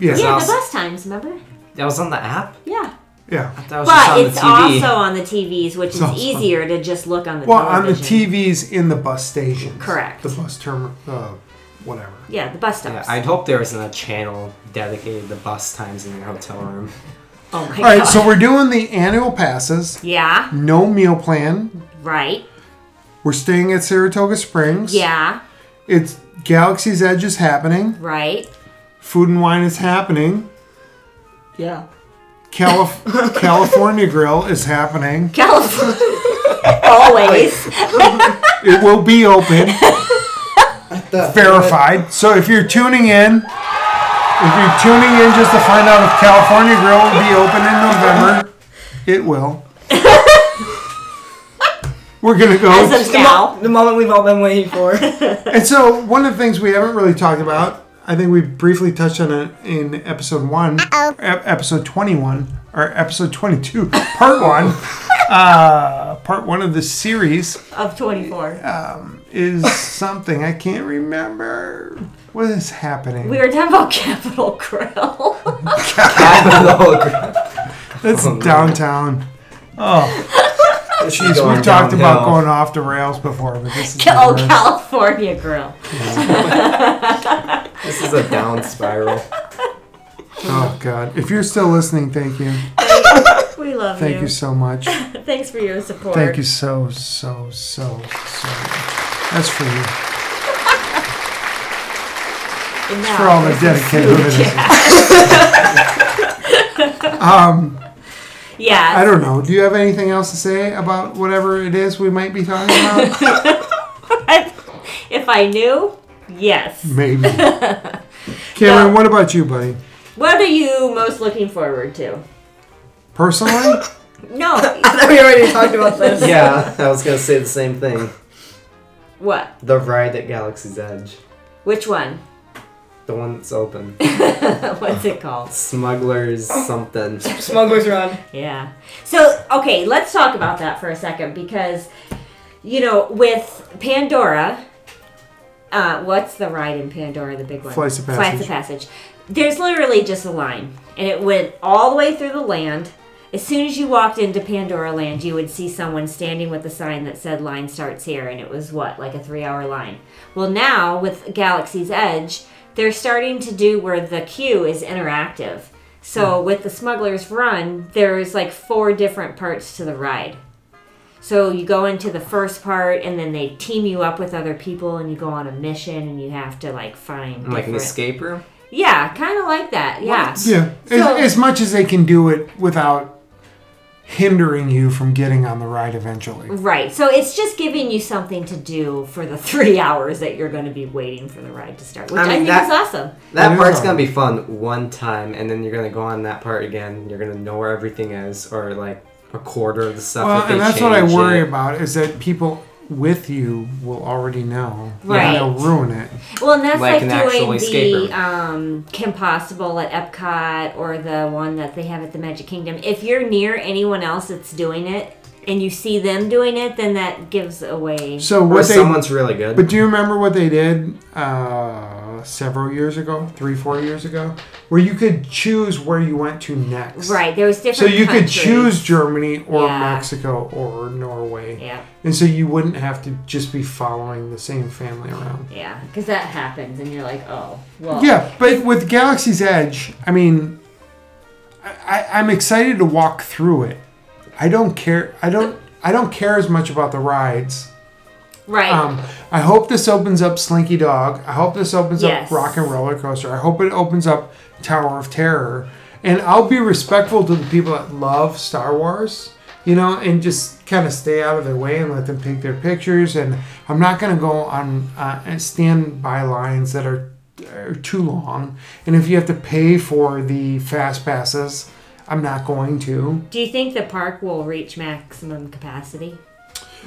Yeah.
yeah the
awesome.
bus times, remember?
That was on the app.
Yeah.
yeah.
That was just
But
on
it's
the TV.
also on the TVs, which is
also on-
easier to just look on the
Well, on the
television.
TVs in the bus stations.
Correct.
The bus term, uh, whatever.
Yeah, the bus
Yeah,
stops.
I'd hope there wasn't a channel dedicated to bus times in your hotel room.
oh my
All right,
god.
so we're doing the annual passes.
yeah,
No meal plan.
right.
We're staying at Saratoga Springs.
Yeah,
It's Galaxy's Edge is happening.
right.
Food and wine is happening.
Yeah.
Calif- California Grill is happening.
California. Always.
It will be open. Verified. So if you're tuning in, if you're tuning in just to find out if California Grill will be open in November, it will. We're gonna go.
As of now.
The moment we've all been waiting for.
And so, one of the things we haven't really talked about, I think we briefly touched on it in episode one, ep- episode 21, or episode 22, part one, uh, part one of the series
Of 24.
is something I can't remember. What is happening?
We were talking about Capitol Grill.
That's
Oh, no.
downtown. Oh,
She's
we talked about going off the rails before, but this is the
oh,
worst.
California Grill.
This is a down spiral.
oh god. If you're still listening, thank you.
We love
Thank
you.
you so much.
Thanks for your support.
Thank you so, so, so, so much. That's for you.
And now,
for all the dedicated listeners. um,
yeah.
I don't know. Do you have anything else to say about whatever it is we might be talking about?
if I knew, yes.
Maybe. Cameron,
No.
what about you, buddy?
What are you most looking forward to?
Personally,
No.
I thought we already talked about this.
Yeah, I was gonna say the same thing.
what?
The ride at Galaxy's Edge,
Which one?
the one that's open.
What's it called?
Smugglers something.
Smuggler's Run.
Yeah. So, okay, let's talk about that for a second because, you know, with Pandora, uh, what's the ride in Pandora, the big one?
Flights of
Flights of Passage. There's literally just a line, and it went all the way through the land. As soon as you walked into Pandora Land, you would see someone standing with a sign that said "Line starts here," and it was what, like a three-hour line. Well, now with Galaxy's Edge, they're starting to do where the queue is interactive.
Hmm.
So with the Smuggler's Run, there's like four different parts to the ride. So you go into the first part, and then they team you up with other people, and you go on a mission, and you have to like find
Like an
different-
escape room?
yeah, kind of like that. Yeah.
yeah.
So-
as, as much as they can do it without hindering you from getting on the ride eventually.
Right. So it's just giving you something to do for the three hours that you're going to be waiting for the ride to start, which I,
I mean,
think
that-
is awesome.
It
That
is
part's gonna
on.
be fun one time, and then you're gonna go on that part again. You're gonna know where everything is, or like a quarter of the stuff.
Well,
that they
and that's what I
change
worry
it.
about is that people with you will already know.
Right.
And they'll ruin it.
Well, and that's
Like
like,
an actual
doing
escape
the
room.
um, Kim Possible at Epcot or the one that they have at the Magic Kingdom. If you're near anyone else that's doing it and you see them doing it, then that gives away.
So
Or
what they
someone's really good.
But do you remember what they did uh, several years ago, three, four years ago, where you could choose where you went to next?
Right. There was different.
So you could
countries.
choose Germany or
Yeah.
Mexico or Norway,
Yeah.
and so you wouldn't have to just be following the same family around.
Yeah. Because that happens, and you're like, oh, well.
Yeah, but with Galaxy's Edge, I mean, I, I- I'm excited to walk through it. I don't care. I don't. I don't care as much about the rides.
Right.
Um, I hope this opens up Slinky Dog. I hope this opens
Yes.
up Rock and Roller Coaster. I hope it opens up Tower of Terror. And I'll be respectful to the people that love Star Wars you know, and just kind of stay out of their way and let them take their pictures. And I'm not going to go on uh, and stand by lines that are, are too long. And if you have to pay for the fast passes, I'm not going to.
Do you think the park will reach maximum capacity?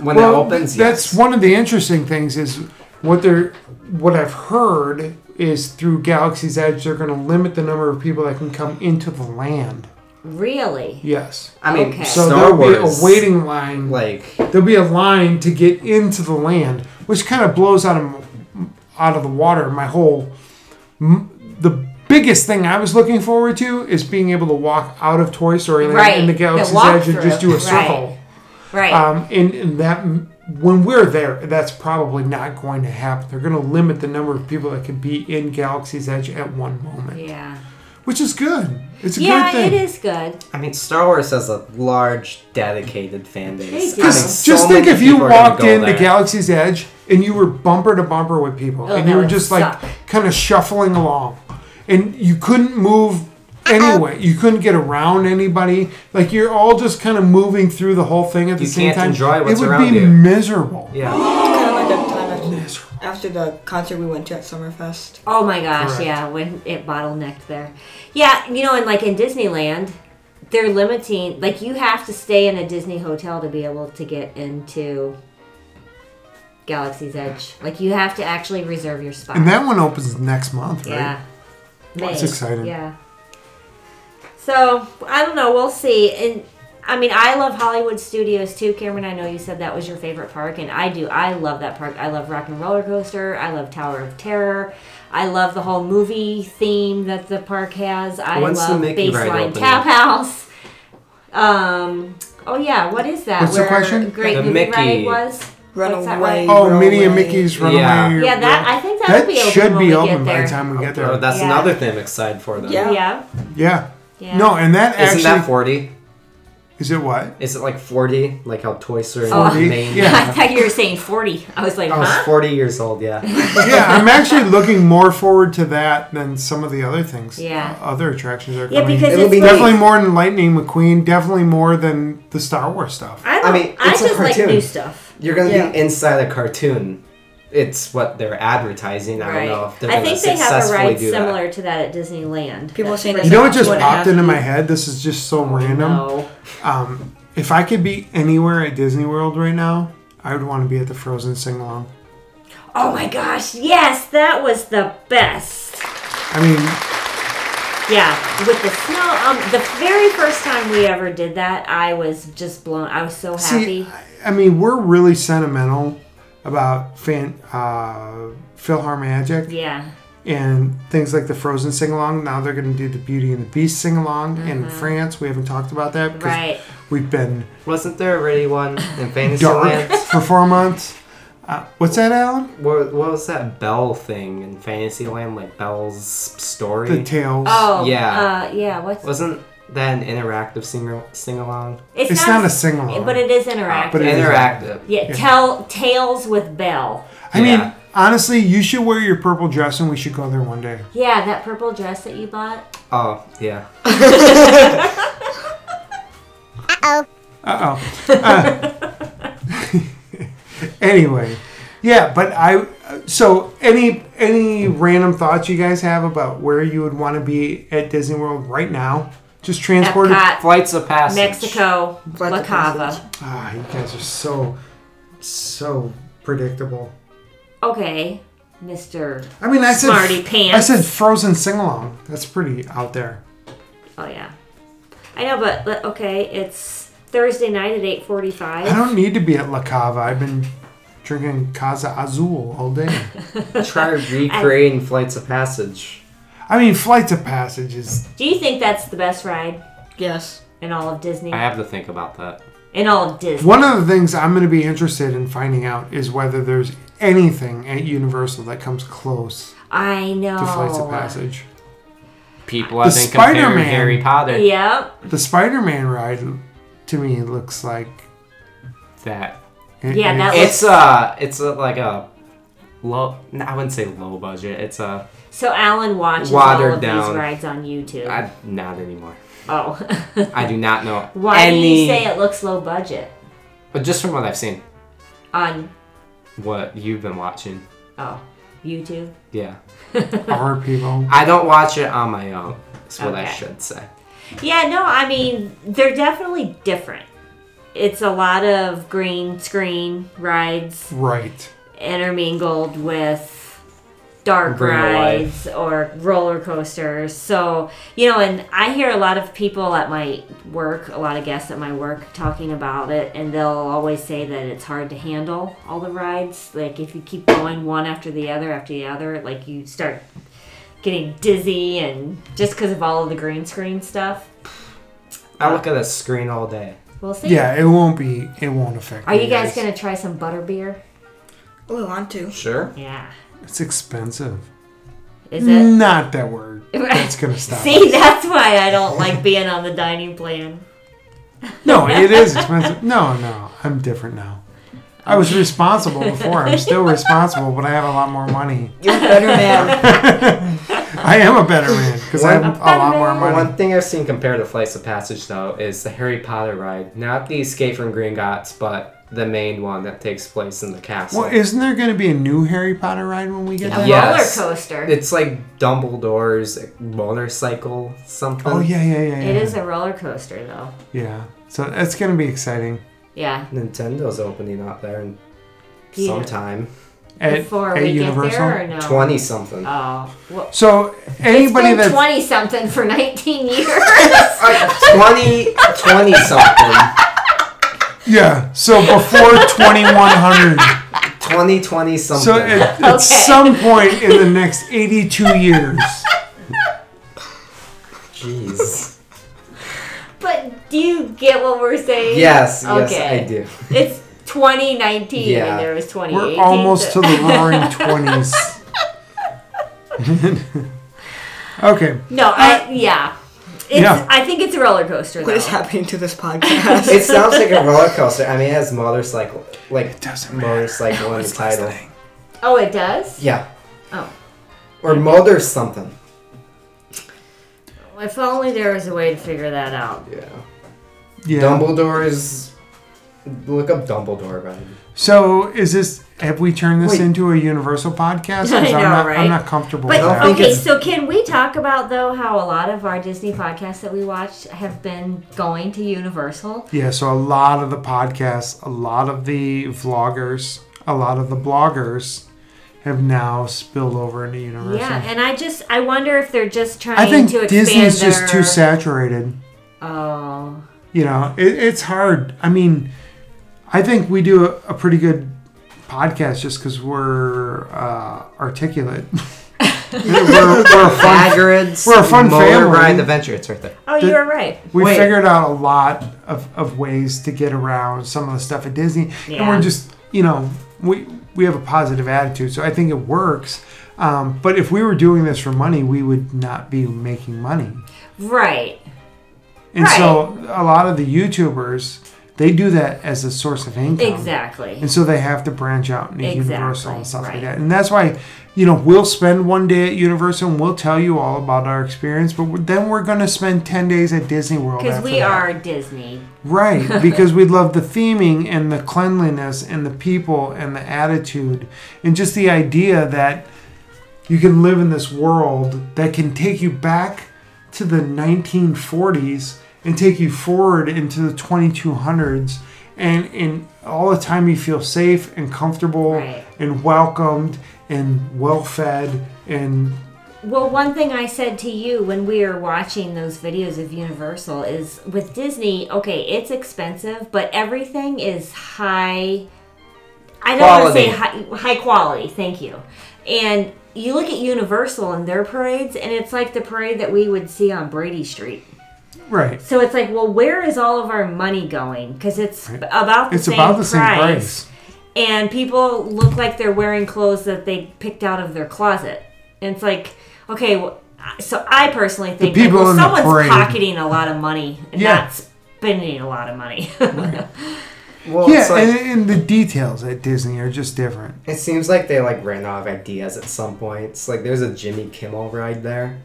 When
well,
that opens,
that's
yes.
one of the interesting things is what they're what I've heard is through Galaxy's Edge they're going to limit the number of people that can come into the land.
Really?
Yes.
I mean,
Okay.
So
Star
there'll
Wars.
be a waiting line.
Like,
There'll be a line to get into the land, which kind of blows out of out of the water. My whole m- the biggest thing I was looking forward to is being able to walk out of Toy Story Land
Right,
into
the
Galaxy's Edge and
walkthrough,
just do a
right.
circle.
Right.
Um, and, and that when we're there, that's probably not going to happen. They're going to limit the number of people that can be in Galaxy's Edge at one moment,
yeah.
which is good. It's a
Yeah,
good
it
thing.
is good.
I mean, Star Wars has a large, dedicated fan base.
They do.
I mean,
'Cause
so
just think
many
if you
people are gonna
walked
go
into
there.
Galaxy's Edge and you were bumper to bumper with people,
Oh,
and
that
you were
would
just
suck.
like kind of shuffling along, and you couldn't move anyway. You couldn't get around anybody. Like you're all just kind of moving through the whole thing at the
You
same
can't
time.
enjoy
it
what's
would
around
be
you.
miserable.
Yeah.
Kind of like that time
Miserable.
after, after the concert we went to at Summerfest.
Oh my gosh,
Correct.
yeah, when it bottlenecked there. Yeah, you know, and like in Disneyland, they're limiting, like, you have to stay in a Disney hotel to be able to get into Galaxy's Edge. Like, you have to actually reserve your spot.
And that one opens next month, right?
Yeah.
That's
May.
exciting.
Yeah. So I don't know. We'll see. And I mean, I love Hollywood Studios too, Cameron. I know you said that was your favorite park, and I do. I love that park. I love Rock and Roller Coaster. I love Tower of Terror. I love the whole movie theme that the park has. I
When's the
love
Mickey ride
Baseline
opening?
Tap House. Um. Oh yeah. What is that?
What's the
Where
question?
Great
The
movie
Mickey.
ride was. What's that
Runaway.
ride?
Oh, Minnie and
Runaway.
Mickey's
Yeah.
Runaway.
Yeah, that I think that'll
That
be open
should
when
be
we
open
get
by
there.
the time we get
Oh,
there.
that's
Yeah.
another thing I'm excited for, though.
Yeah.
Yeah.
Yeah.
Yeah.
No, and that
Isn't
actually
that 40?
is it what?
Is it like 40? Like how Toy Story
Oh.
and Maine.
Yeah.
I thought you were saying forty. I was like,
I was
huh?
40 years old, yeah.
yeah, I'm actually looking more forward to that than some of the other things.
Yeah.
uh, other attractions are
Yeah,
coming.
because
It'll
it's
be
like-
definitely more than Lightning McQueen. Definitely more than the Star Wars stuff.
I, don't,
I
I
mean, it's a
just like new
cartoon.
stuff.
You're going to
Yeah.
be inside a cartoon. It's what they're advertising. I
right.
don't know if they're
I
going to
think they have a
successfully
ride
do
similar to that at Disneyland.
People
That's
saying
pretty
You know what
Two
just
and a half
popped into my
feet.
head? This is just so random.
Oh, No.
Um, if I could be anywhere at Disney World right now, I would want to be at the Frozen sing along.
Oh my gosh! Yes, that was the best.
I mean,
Yeah, with the snow. Um, the very first time we ever did that, I was just blown. I was so happy.
See, I- I mean, we're really sentimental about fan uh, Philharmagic
yeah.
and things like the Frozen sing along. Now they're going to do the Beauty and the Beast sing along in France. We haven't talked about that because
Mm-hmm. Right.
we've been
that. Wasn't there already one in
dark
Fantasyland?
for four months. Uh, what's that, Alan?
what, what was that bell thing in Fantasyland? Like Bell's story?
The tails.
Oh.
Yeah.
Uh, yeah. What's?
Wasn't that an interactive singer sing along?
it's,
it's
not,
not a sing along.
but it is interactive.
But it is
interactive.
yeah. Tell tales with Belle.
I mean,
Yeah.
honestly, you should wear your purple dress and we should go there one day.
Yeah, that purple dress that you bought.
Oh, yeah.
Uh-oh. Uh, anyway, yeah, but I. So any any random thoughts you guys have about where you would want to be at Disney World right now? Just transported.
Epcot,
Flights of Passage.
Mexico,
Flight
La
of
Cava.
Passage.
Ah, you guys are so so predictable.
Okay, Mister.
I mean, I said
Smarty
I
pants.
said Frozen sing along. That's pretty out there.
Oh yeah, I know, but but, okay, it's Thursday night at eight
I
forty-five.
don't need to be at La Cava. I've been drinking Casa Azul all day.
Try recreating Flights of Passage.
I mean, Flights of Passage is
Do you think that's the best ride
Yes.
in all of Disney?
I have to think about that.
In all of Disney.
One of the things I'm going to be interested in finding out is whether there's anything at Universal that comes close
I know.
to Flights of Passage.
People have
The
been comparing
Spider-Man.
Harry Potter
Yep.
The Spider-Man ride, to me, looks like
that.
it-
Yeah, that
it's-
looks-
It's a, it's a, like a low. no, I wouldn't say low budget. It's uh, a
So Alan watches all
Watered
of
down.
these rides on YouTube.
I, not anymore.
Oh.
I do not know
Why
any.
do you say it looks low budget?
But just from what I've seen,
On
what you've been watching,
oh YouTube.
yeah,
Our people.
I don't watch it on my own. Is what I
Okay.
should say.
Yeah, no, I mean they're definitely different. It's a lot of green screen rides
Right.
intermingled with dark
Bring it
rides or roller coasters. So, you know, and I hear a lot of people at my work, a lot of guests at my work talking about it, and they'll always say that it's hard to handle all the rides. Like, if you keep going one after the other after the other, like, you start getting dizzy and just because of all of the green screen stuff.
I look at a screen all day.
We'll see.
Yeah, it won't be. It won't affect.
Are you guys
gonna?
gonna try some butterbeer?
Oh, we want to.
Sure.
Yeah.
It's expensive.
Is it?
Not that word. That's gonna stop.
See, that's why I don't like being on the dining plan.
No, it is expensive. No, no, I'm different now. I was responsible before. I'm still responsible, but I have a lot more money.
You're a better man.
I am a better man because I have a lot more
Well,
money.
one thing I've seen compared to Flights of Passage though is the Harry Potter ride, not the Escape from Green Gringotts, but the main one that takes place in the castle.
Well, isn't there going to be a new Harry Potter ride when we get
A
there?
Yes.
roller coaster.
It's like Dumbledore's motorcycle something.
Oh yeah, yeah, yeah. yeah.
It is a roller coaster, though.
Yeah. So that's going to be exciting.
Yeah.
Nintendo's opening up there in
Yeah.
sometime.
At,
Before
at
we
Universal.
get there or no?
Twenty something.
Oh. Well,
So anybody
it's been
that's
20 something for 19 years.
20, 20 something.
yeah. So before 2100.
2020 something.
So at, at some point in the next 82 years.
Jeez.
but do you get what we're saying?
Yes, yes,
Okay.
I do.
It's 2019
Yeah.
and there was 2018.
We're almost
so-
to the roaring 20s. okay.
No, I, yeah. It's,
Yeah.
I think it's a roller coaster,
what
though.
is happening to this podcast?
It sounds like a roller coaster. I mean, it has motorcycle, like
doesn't matter.
motorcycle in the
It's less
title.
thing.
Oh, it does?
Yeah,
Oh.
or motor something.
If only there was a way to figure that out.
Yeah.
Yeah.
Dumbledore's. Look up Dumbledore, right?
So is this? Have we turned this
Wait.
into a Universal podcast? 'Cause
I know,
I'm not,
right?
I'm not comfortable
But
with that.
I think
okay,
it's-
so can we talk about though how a lot of our Disney podcasts that we watch have been going to Universal?
Yeah, so a lot of the podcasts, a lot of the vloggers, a lot of the bloggers have now spilled over into Universal.
Yeah, and I just I wonder if they're just trying
I think
to expand
Disney's just
their-
too saturated.
Oh,
You know, it, it's hard. I mean, I think we do a, a pretty good podcast just because we're uh, articulate. we're, we're a fun
Hagrid's
We're a fun
motor
family.
ride adventure. It's right there.
oh,
Did-
you're right.
we
Wait.
figured out a lot of, of ways to get around some of the stuff at Disney, and
Yeah.
we're just you know we we have a positive attitude, so I think it works. Um, but if we were doing this for money, we would not be making money.
Right.
And so a lot of the YouTubers they do that as a source of income.
Exactly.
And so they have to branch out into
Exactly,
Universal and stuff
right.
like that. And that's why, you know, we'll spend one day at Universal and we'll tell you all about our experience, but we're- then we're going to spend 10 days at Disney World.
Because
after
we
that.
are Disney.
Right, because we love the theming and the cleanliness and the people and the attitude and just the idea that you can live in this world that can take you back to the 1940s and take you forward into the 2200s and and all the time you feel safe and comfortable
Right.
and welcomed and well fed and
Well, one thing I said to you when we were watching those videos of Universal is with Disney, okay, it's expensive, but everything is high. I don't want to say high, high quality, thank you. And you look at Universal and their parades, and it's like the parade that we would see on Brady Street.
right.
So it's like, well, where is all of our money going? Because it's about the
It's
same
about the same
price
price.
and people look like they're wearing clothes that they picked out of their closet. And it's like, okay, well, I- so I personally think
people
like, well,
in the
someone's
parade.
pocketing a lot of money and
Yeah.
not spending a lot of money.
Well,
Yeah,
it's like,
and, and the details at Disney are just different.
it seems like they like ran out of ideas at some point. It's like there's a Jimmy Kimmel ride there.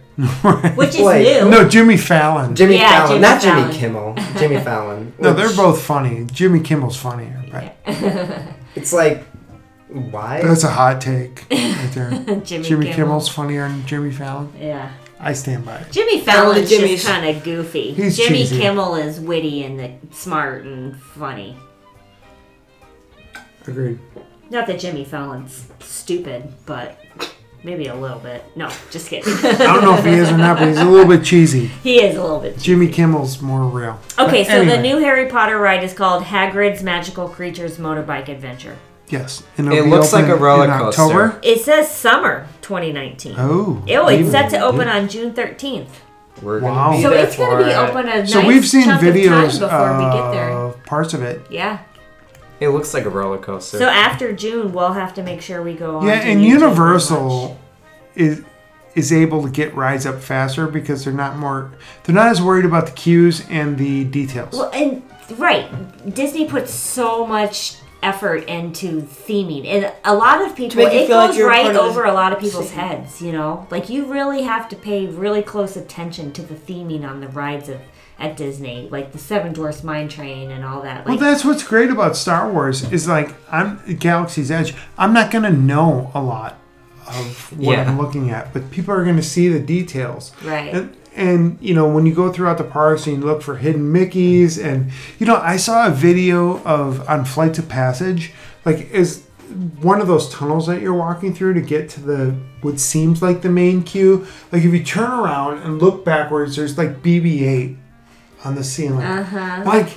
which is
Wait,
new.
No, Jimmy Fallon.
Jimmy
Yeah,
Fallon,
Jimmy
not
Fallon.
Jimmy Kimmel. Jimmy Fallon.
no, they're
which-
both funny. Jimmy Kimmel's funnier, but
It's like, why?
that's a hot take right there.
Jimmy,
Jimmy
Kimmel.
Kimmel's funnier than Jimmy Fallon.
Yeah.
I stand by it.
Jimmy
the
Fallon's
Jimmys.
just kind of goofy.
He's
Jimmy
cheesy.
Kimmel is witty and uh, smart and funny.
Agreed.
Not that Jimmy Fallon's stupid, but maybe a little bit. No, just kidding.
I don't know if he is or not, but he's a little bit cheesy.
he is a little bit.
Jimmy Kimmel's more real.
Okay,
But
so the
anyway,
new Harry Potter ride is called Hagrid's Magical Creatures Motorbike Adventure.
yes, and
It
it'll be
looks like
open
a roller
in
coaster.
October.
It says summer 2019.
Oh,
Oh, it's
even-
set to open on June 13th.
We're
Wow.
gonna be
So
there
it's going
for
to be
it.
open a nice
So we've seen
chunk
videos uh,
of time before we get there.
of parts of it.
Yeah.
It looks like a roller coaster.
So after June, we'll have to make sure we go on.
Yeah,
to
and
YouTube watch.
Universal is is able to get rides up faster because they're not more they're not as worried about the queues and the details.
Well, and right, Disney puts so much effort into theming, and a lot of people
make you
it
feel like
goes
you're a
right
part of
over a lot of people's
scene.
heads. You know, like you really have to pay really close attention to the theming on the rides of at Disney, like the Seven Dwarfs Mine Train and all that.
Well,
Like,
that's what's great about Star Wars is like I'm Galaxy's Edge. I'm not gonna know a lot of what
Yeah.
I'm looking at, but people are gonna see the details.
Right.
And, and you know when you go throughout the parks and you look for hidden Mickey's and you know I saw a video of on Flight to Passage like is one of those tunnels that you're walking through to get to the what seems like the main queue like if you turn around and look backwards there's like BB-8 on the ceiling uh-huh. like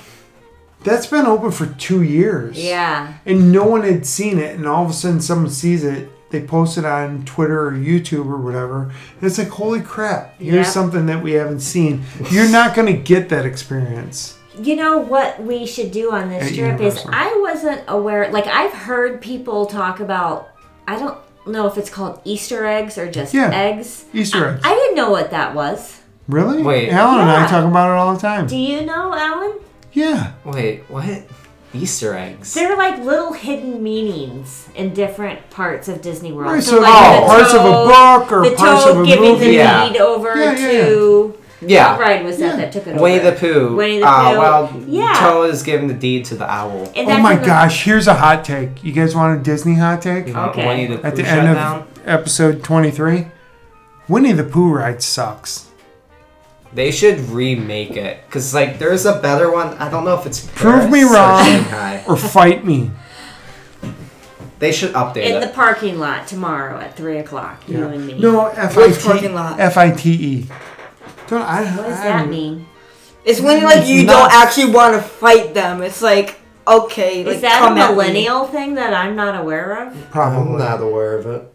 that's been open for two years.
yeah,
And no one had seen it, and all of a sudden someone sees it. They post it on Twitter or YouTube or whatever. And it's like, holy crap, here's
Yeah.
something that we haven't seen. You're not going to get that experience.
You know what we should do on this
At
trip
Universal.
is I wasn't aware like I've heard people talk about I don't know if it's called Easter eggs or just
Yeah.
eggs.
Easter eggs.
I didn't know what that was.
Really?
Wait.
Alan and I
Yeah.
talk about it all the time.
Do you know, Alan?
yeah.
Wait, what? Easter eggs.
They're like little hidden meanings in different parts of Disney World.
Right, so
like
like
the
Oh, parts of a book or
the
parts
toad
of a
giving
movie.
the
Yeah.
lead over
Yeah, yeah,
to
yeah.
what ride was that that took it
Winnie
over?
the Pooh.
Winnie the
Uh,
Pooh.
well,
Yeah.
Toa is giving the deed to the owl.
And
Oh
that's
my
in the-
gosh, here's a hot take. You guys want a Disney hot take?
You want
Okay.
Uh, Winnie the Pooh
At the
shut
end of
down?
episode 23? Winnie the Pooh ride sucks.
They should remake it because like there's a better one. I don't know if it's
Prove me
Paris or
wrong.
Shanghai.
Or fight me.
They should update
in
it.
the parking lot tomorrow at three o'clock. You and me.
No, F I
Which
T
parking lot?
F I T E. Don't I?
What does that mean?
It's when like you
Not-
don't actually want to fight them. It's like okay, like
Is that
come at
a
me.
millennial thing that I'm not aware of?
Probably.
aware of it.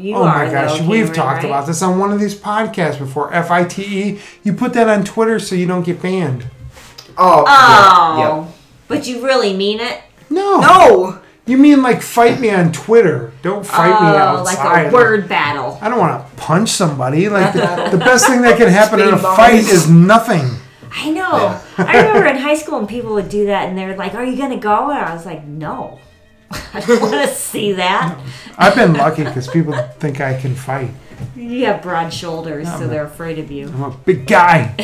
You
Oh my
are.
gosh,
though,
we've
Cameron,
talked
right?
about this on one of these podcasts before. F I T E. You put that on Twitter so you don't get banned.
Oh. yeah,
Oh, but you really mean it?
No.
No,
You mean like fight me on Twitter? Don't fight
oh,
me outside.
like a word battle.
I don't want to punch somebody. Like the, the best thing that can happen in a
Spitting bombs.
fight is nothing.
I know. I remember in high school when people would do that, and they're like, "Are you gonna go?" And I was like, "No, I don't want to see that."
I've been lucky because people think I can fight.
You have broad shoulders, so they're afraid of you.
I'm a big guy.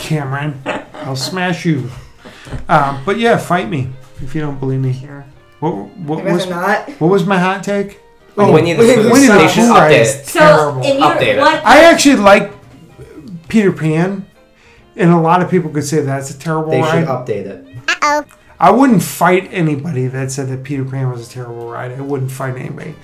Cameron, I'll smash you. Um, but yeah, fight me if you don't believe me.
Sure.
What, what
I'd rather
was
not.
what was my hot take?
yeah. Winnie the Pooh.
Oh, Winnie the
They should
Pooh
update
is
it.
So,
terrible.
in
Update
your
it.
what?
I actually like Peter Pan, and a lot of people could say that's a terrible
They should
ride.
update it.
I wouldn't fight anybody that said that Peter Pan was a terrible ride. I wouldn't fight anybody.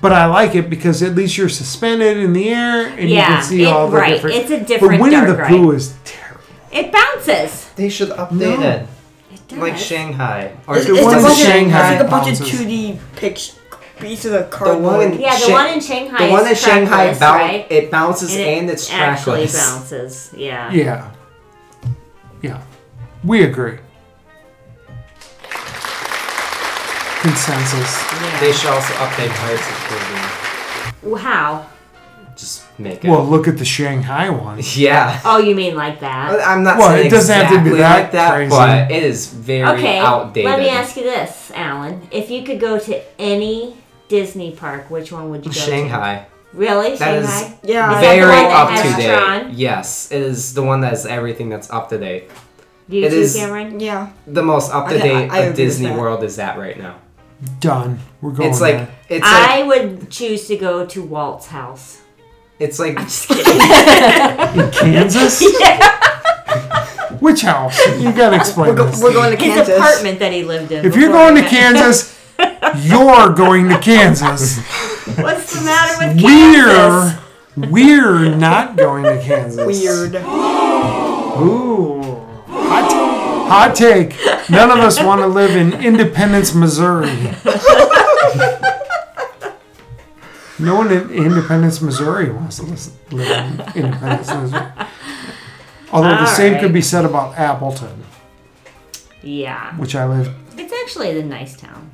But I like it because at least you're suspended in the air and you
Yeah,
can see
it-
all the
right.
different.
It's a different
But Winnie
dark
the
ride.
Pooh is terrible.
It bounces.
They should update
No.
it.
It does.
Like Shanghai or
It's,
the
it's
one
a
in
bunch
Shanghai
of, it's like a bunch of
bounces.
2D pictures, pieces of cardboard.
yeah, the
Sha-
one in Shanghai.
The one in
is
Shanghai
trackless,
boun-
right?
it bounces and,
it
it's
actually
trackless.
bounces. Yeah.
Yeah. Yeah. We agree. Consensus.
They should also update Pirates of the Caribbean.
How?
Just make it.
Well, look at the Shanghai one.
yeah.
Oh, you mean like that?
uh, I'm not
Well,
saying
it doesn't have
exactly
to be that
like that,
crazy.
but it is very
Okay.
outdated.
Let me ask you this, Alan: If you could go to any Disney park, which one would you go
Shanghai.
to? Really?
That is
Shanghai?
Yeah.
Is that the
Very
one that
up
has
to date.
Tron?
Yes, it is the one that is everything that's up to date.
You
It
too,
is-
Cameron?
Yeah.
The most up to
I- I
date
agree
of
with
Disney
that.
World is that right now.
Done. We're going.
It's like
there.
it's like
I would choose to go to Walt's house.
it's like
Just kidding.
Kansas. Which house? You gotta explain
We're, go-
this.
we're going to
His
Kansas.
apartment that he lived in.
If you're
before
going
we
to
met.
Kansas, you're going to Kansas.
What's the matter with Kansas?
We're we're not going to Kansas.
Weird.
Ooh. Hot, hot take. None of us want to live in Independence, Missouri. No one in Independence, Missouri wants to lis- live in Independence, Missouri. Although the
All
same could
right.
be said about Appleton,
Yeah.
which I live.
It's actually the nice town.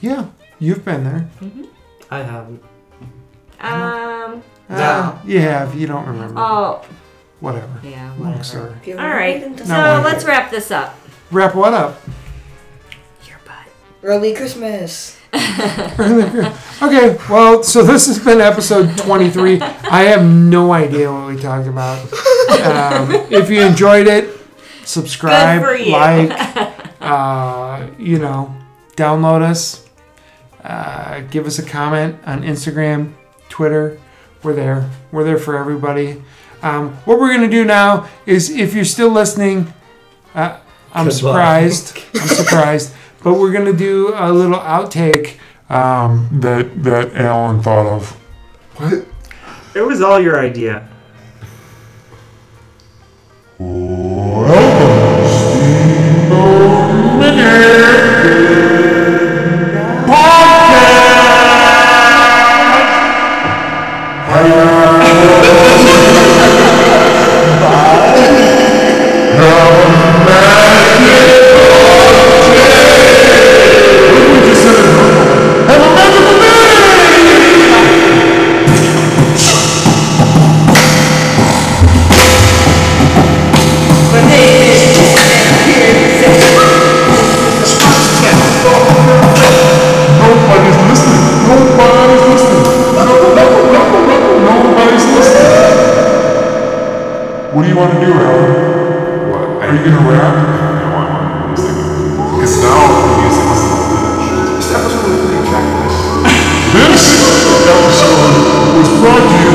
Yeah, you've been there.
I haven't.
Um.
Uh, you have. You don't remember.
Oh,
Whatever.
yeah.
Long
Whatever.
story.
All right. So
No,
let's wrap this up.
Wrap what up?
Your butt.
Early Christmas.
Okay, well, so this has been episode 23. I have no idea what we talked about. Um, if you enjoyed it, subscribe,
Good for you.
like, uh, you know, download us, uh, give us a comment on Instagram, Twitter. We're there. We're there for everybody. Um, what we're going to do now is if you're still listening, uh, I'm
Goodbye.
surprised. I'm surprised. But we're going to do a little outtake um, that that Alan thought of. What?
It was all your idea.
Oh,
Nobody's listening. Nobody's listening. No, no, no, no, no, Nobody's listening. What do you want to do, Alan? What? Are you gonna rap? No, I want music. Because now the music is This episode was pretty This episode was brought to you